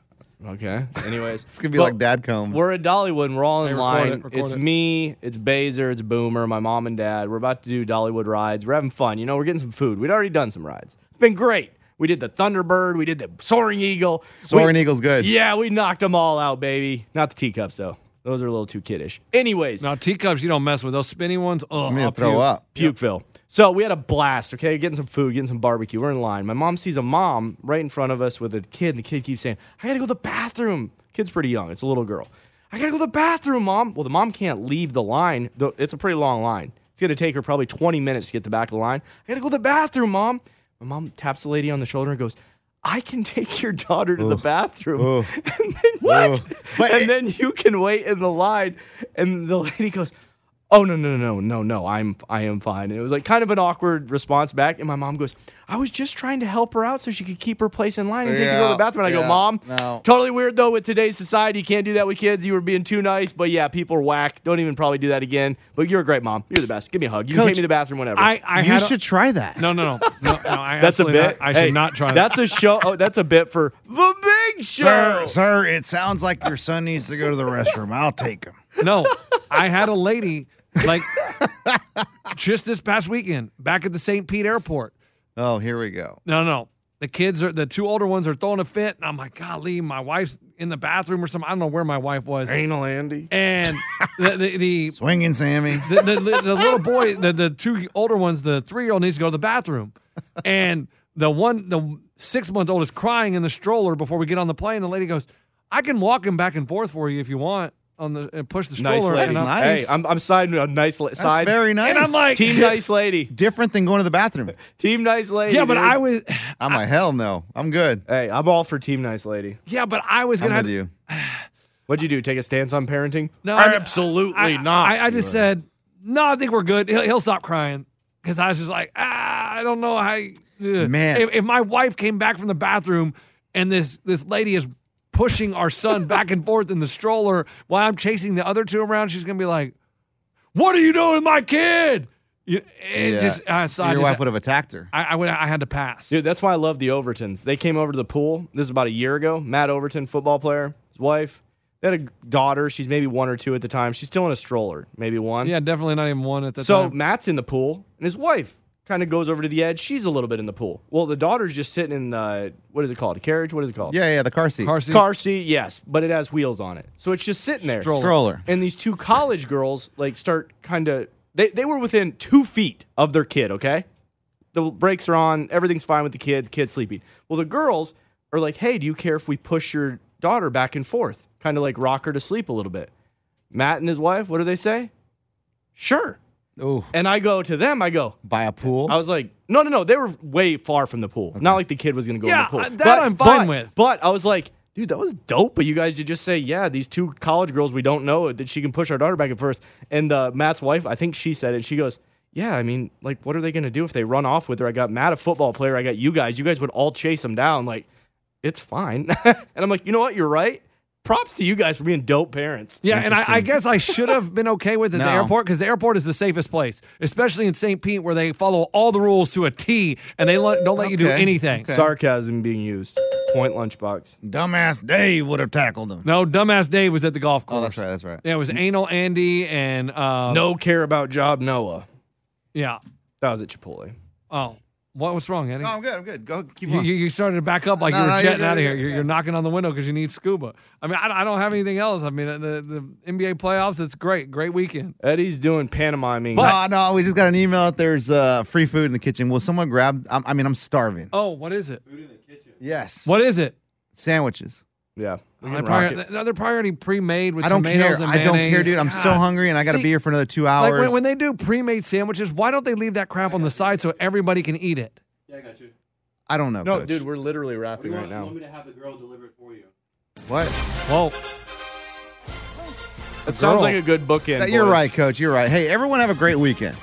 S5: Okay. Anyways,
S2: it's gonna be
S5: But
S2: like dad comb.
S5: We're at Dollywood and we're all in
S2: Hey, record
S5: line.
S2: it, record
S5: it's
S2: it.
S5: me, it's Baser, it's Boomer, my mom and dad. We're about to do Dollywood rides. We're having fun. You know, we're getting some food. We'd already done some rides. It's been great. We did the Thunderbird, we did the Soaring Eagle.
S2: Soaring
S5: We-
S2: Eagle's good.
S5: Yeah, we knocked them all out, baby. Not the teacups though. Those are a little too kiddish. Anyways,
S3: now teacups you don't mess with. Those spinny ones, oh,
S5: I'm gonna throw up. Pukeville. So we had a blast, okay? Getting some food, getting some barbecue. We're in line. My mom sees a mom right in front of us with a kid, and the kid keeps saying, I gotta go to the bathroom. Kid's pretty young, it's a little girl. I gotta go to the bathroom, mom. Well, the mom can't leave the line. Though It's a pretty long line. It's gonna take her probably 20 minutes to get to the back of the line. I gotta go to the bathroom, mom. My mom taps the lady on the shoulder and goes, I can take your daughter to the bathroom. And then what? and then you can wait in the line. And the lady goes, Oh no, no, no, no, no, I'm I am fine. And it was like kind of an awkward response back. And my mom goes, I was just trying to help her out so she could keep her place in line and get to go to the
S2: Yeah,
S5: bathroom. And I
S2: yeah,
S5: go, Mom,
S2: no.
S5: totally weird though with today's society. You can't do that with kids. You were being too nice. But yeah, people are whack. Don't even probably do that again. But you're a great mom. You're the best. Give me a hug. You can
S3: Coach,
S5: take me to the bathroom whenever.
S3: I, I had a-
S2: try that.
S3: No, no, no. no, no I
S5: that's a
S3: absolutely
S5: bit.
S3: not- I should
S5: Hey,
S3: not try
S5: That's
S3: that.
S5: a show. Oh, that's a bit for the big show.
S2: Sir, sir, it sounds like your son needs to go to the restroom. I'll take him.
S3: no. I had a lady like just this past weekend back at the St. Pete Airport.
S2: Oh, here we go.
S3: No, no. The kids are the two older ones are throwing a fit, and I'm like, golly, my wife's in the bathroom or something. I don't know where my wife was.
S5: Anal Andy.
S3: And the the, the
S2: swinging Sammy.
S3: The, the, the, the little boy, the, the two older ones, the three year old needs to go to the bathroom, and the one the six month old is crying in the stroller before we get on the plane. The lady goes, I can walk him back and forth for you if you want on the and push the
S5: Nice
S3: stroller.
S5: lady.
S3: and I'm-
S5: Hey, I'm, I'm siding with a nice la-
S3: That's
S5: side.
S3: very nice.
S5: And I'm like, team nice lady.
S2: Different than going to the bathroom.
S5: Team nice lady.
S3: Yeah, but
S5: dude.
S3: I was.
S2: I'm like, hell no. I'm good.
S5: Hey, I'm all for team nice lady.
S3: Yeah, but I was
S2: I'm
S3: gonna.
S2: with you.
S5: What'd you do? Take a stance on parenting?
S3: No, I-
S5: absolutely
S3: I-
S5: not.
S3: I, I just said, no, I think we're good. He'll, he'll stop crying because I was just like, ah, I don't know how. you- ugh."
S2: Man.
S3: if, if my wife came back from the bathroom and this this lady is pushing our son back and forth in the stroller while I'm chasing the other two around, she's gonna be like, "What are you doing, with my kid?" You, it
S2: Yeah.
S3: just I, so I
S2: your
S3: just-
S2: wife would have attacked her.
S3: I, I would. I had to pass.
S5: Dude, that's why I love the Overtons. They came over to the pool. This is about a year ago. Matt Overton, football player, his wife. They had a daughter. She's maybe one or two at the time. She's still in a stroller, maybe one.
S3: Yeah, definitely not even one at that
S5: so
S3: time.
S5: Matt's in the pool, and his wife kind of goes over to the edge. She's a little bit in the pool. Well, the daughter's just sitting in the what is it called? A carriage? What is it called?
S2: Yeah, yeah, the car seat.
S3: Car seat.
S5: Car seat, yes, but it has wheels on it, so it's just sitting there.
S2: Stroller. Stroller.
S5: And these two college girls like start kind of they they were within two feet of their kid. Okay, the brakes are on, everything's fine with the kid, the kid's sleeping. Well, the girls are like, "Hey, do you care if we push your daughter back and forth, kind of like rock her to sleep a little bit?" Matt and his wife, what do they say? Sure.
S2: Oh.
S5: And I go to them, I go,
S2: By a pool?
S5: I was like, no, no, no. They were way far from the pool. Not like the kid was going to go
S3: Yeah,
S5: in the pool.
S3: uh, that I'm fine
S5: but-
S3: with.
S5: But I was like, dude, that was dope. But you guys did just say, yeah, these two college girls we don't know that she can push our daughter back and forth. And uh, Matt's wife, I think she said it. She goes, yeah, I mean, like, what are they going to do if they run off with her? I got Matt, a football player. I got you guys. You guys would all chase them down. Like, it's fine. and I'm like, you know what? You're right. Props to you guys for being dope parents.
S3: Yeah, and I, I guess I should have been okay with it at the
S5: No.
S3: airport because the airport is the safest place, especially in St. Pete where they follow all the rules to a T and they le- don't let you do
S5: Okay,
S3: anything.
S5: okay. Sarcasm being used. Point lunchbox.
S2: Dumbass Dave would have tackled him.
S3: No, dumbass Dave was at the golf course.
S2: Oh, that's right. That's right.
S3: Yeah, it was anal Andy and uh,
S5: no care about job Noah.
S3: Yeah.
S5: That was at Chipotle.
S3: Oh, what was wrong, Eddie?
S2: No, I'm good. I'm good. Go keep
S3: You,
S2: on.
S3: you you started to back up like
S2: No,
S3: you were
S2: no, you're
S3: jetting
S2: good,
S3: out of
S2: you're
S3: here.
S2: good,
S3: You're, you're knocking on the window because you need scuba. I mean, I, I don't have anything else. I mean, the, the NBA playoffs, it's great. Great weekend.
S5: Eddie's doing pantomiming.
S2: no, no, we just got an email that there's uh, free food in the kitchen. Will someone grab? I'm, I mean, I'm starving.
S3: Oh, what is it?
S2: Yes.
S3: What is it?
S2: Sandwiches.
S5: Yeah.
S3: They're probably, no, they're probably already pre-made with
S2: I don't care.
S3: tomatoes and
S2: I don't care,
S3: mayonnaise.
S2: dude. I'm so
S3: God.
S2: hungry and I got to
S3: See,
S2: be here for another two hours.
S3: Like when, when they do pre-made sandwiches, why don't they leave that crap on the side so everybody can eat it?
S2: I don't know.
S5: No,
S2: Coach.
S5: dude, we're literally rapping right now.
S2: What?
S3: Whoa.
S5: That sounds like a good bookend.
S2: That- you're
S5: boys.
S2: right, coach. You're right. Hey, everyone have a great weekend.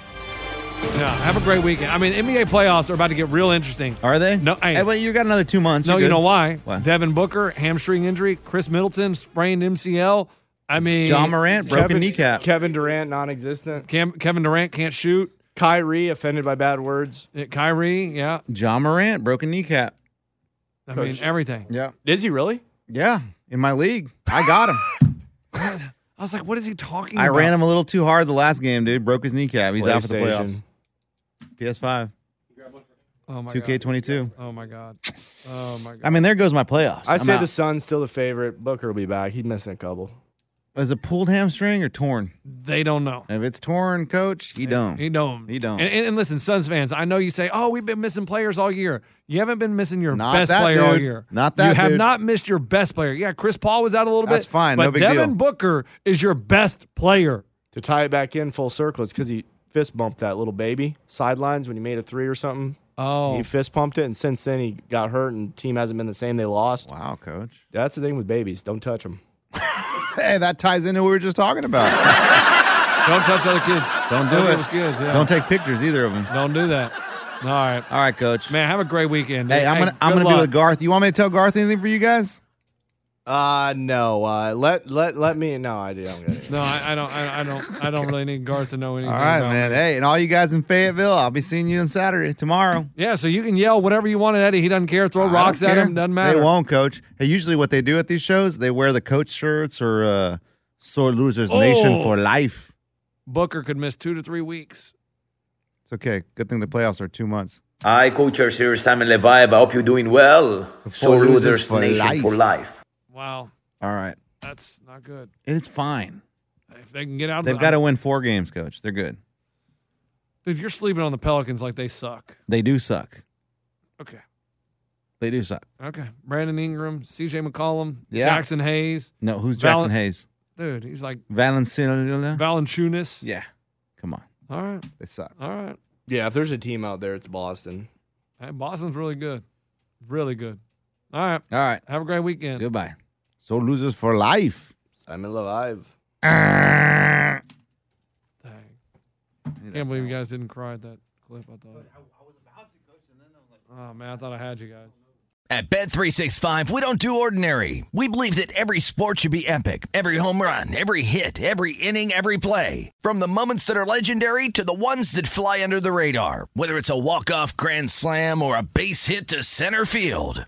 S3: No, have a great weekend. I mean, NBA playoffs are about to get real interesting.
S2: Are they?
S3: No, hey,
S2: well, you got another two months.
S3: No,
S2: You're
S3: you
S2: good.
S3: know why?
S2: What?
S3: Devin Booker hamstring injury. Chris Middleton sprained MCL. I mean,
S2: John Morant, broken
S3: Kevin-
S2: kneecap.
S5: Kevin Durant non-existent.
S3: Cam, Kevin Durant can't shoot. Uh,
S5: Kyrie offended by bad words.
S3: Kyrie, yeah.
S2: John Morant, broken kneecap.
S3: I mean, everything.
S2: Yeah.
S5: Is he really?
S2: Yeah. In my league, I got him.
S3: I was like, what is he talking
S2: I
S3: about?
S2: ran him a little too hard the last game, dude. Broke his kneecap. He's out for the
S5: PlayStation.
S2: playoffs. PS5,
S3: Oh my god.
S2: 2K22.
S3: Oh my god. Oh my god.
S2: I mean, there goes my playoffs.
S5: I
S2: I'm
S5: say
S2: out.
S5: the Sun's still the favorite. Booker will be back. He's missing a couple.
S2: Is it pulled hamstring or torn?
S3: They don't know.
S2: If it's torn, coach, he don't.
S3: He don't.
S2: He don't.
S3: And, and, and listen, Suns fans, I know you say, "Oh, we've been missing players all year." You haven't been missing your
S2: Not
S3: best
S2: that,
S3: player all
S2: dude.
S3: year.
S2: Not that,
S3: You have
S2: dude.
S3: not missed your best player. Yeah, Chris Paul was out a little
S2: That's
S3: bit.
S2: fine.
S3: But
S2: No big
S3: Devin
S2: deal.
S3: Booker is your best player.
S5: To tie it back in full circle, it's because he fist bumped that little baby sidelines when he made a three or something.
S3: Oh,
S5: He fist pumped it, and since then he got hurt, and team hasn't been the same. They lost.
S2: Wow, coach.
S5: That's the thing with babies. Don't touch them.
S2: Hey, that ties into what we were just talking about.
S3: don't touch other kids.
S2: Don't do
S3: Other
S2: it.
S3: people's kids. Yeah.
S2: Don't take pictures either of them.
S3: Don't do that. All right,
S2: All right, coach.
S3: man. Have a great weekend. dude.
S2: Hey, I'm gonna I'm
S3: good
S2: gonna be
S3: luck.
S2: with Garth. You want me to tell Garth anything for you guys?
S5: Uh no. Uh, let let let me. No, I don't. Get it.
S3: No, I, I don't. I, I don't. I don't really need Garth to know
S2: All
S3: anything.
S2: right,
S3: about
S2: man.
S3: me.
S2: Hey, and all you guys in Fayetteville, I'll be seeing you on Saturday tomorrow.
S3: Yeah, so you can yell whatever you want at Eddie. He doesn't care. Throw
S2: I
S3: rocks
S2: don't
S3: at
S2: care.
S3: him. Doesn't matter.
S2: They won't, coach. Hey, usually what they do at these shows, they wear the coach shirts or uh sore losers nation
S3: Oh.
S2: for life.
S3: Booker could miss two to three weeks.
S2: It's okay. Good thing the playoffs are two months.
S8: Hi, coaches. Here is Simon Levive. I hope you're doing well. So
S2: losers
S8: losers
S2: for
S8: nation
S2: life.
S8: for life.
S3: Wow,
S2: All right.
S3: that's not good.
S2: It's fine.
S3: If they can get out, of
S2: They've
S3: the-
S2: got to win four games, coach. They're good.
S3: Dude, you're sleeping on the Pelicans like they suck.
S2: They do suck.
S3: Okay.
S2: They do suck.
S3: Okay. Brandon Ingram, CJ McCollum,
S2: Yeah.
S3: Jackson Hayes.
S2: No, who's
S3: Val-
S2: Jackson Hayes?
S3: Dude, he's like
S2: Valenciana.
S3: Valanchunas.
S2: yeah. Come on.
S3: All right.
S2: They suck.
S3: All right.
S5: Yeah, if there's a team out there, it's Boston.
S3: Hey, Boston's really good. Really good. All right.
S2: All right.
S3: Have a great weekend.
S2: Goodbye. So losers for life.
S5: Simon Levive.
S3: Dang. Can't believe you guys didn't cry at that clip. I thought. Oh man, I thought I had you guys.
S12: At Bet365, we don't do ordinary. We believe that every sport should be epic. Every home run, every hit, every inning, every play. From the moments that are legendary to the ones that fly under the radar. Whether it's a walk-off grand slam or a base hit to center field.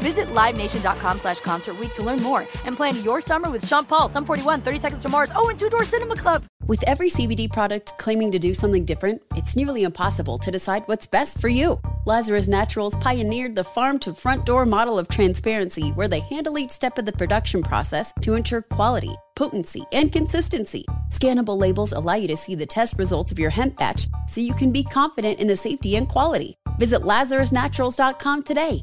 S6: Visit LiveNation.com slash Concert Week to learn more and plan your summer with Sean Paul, Sum 41, 30 Seconds to Mars, oh, and Two Door Cinema Club.
S13: With every CBD product claiming to do something different, it's nearly impossible to decide what's best for you. Lazarus Naturals pioneered the farm to front door model of transparency where they handle each step of the production process to ensure quality, potency, and consistency. Scannable labels allow you to see the test results of your hemp batch so you can be confident in the safety and quality. Visit lazarusnaturals.com today.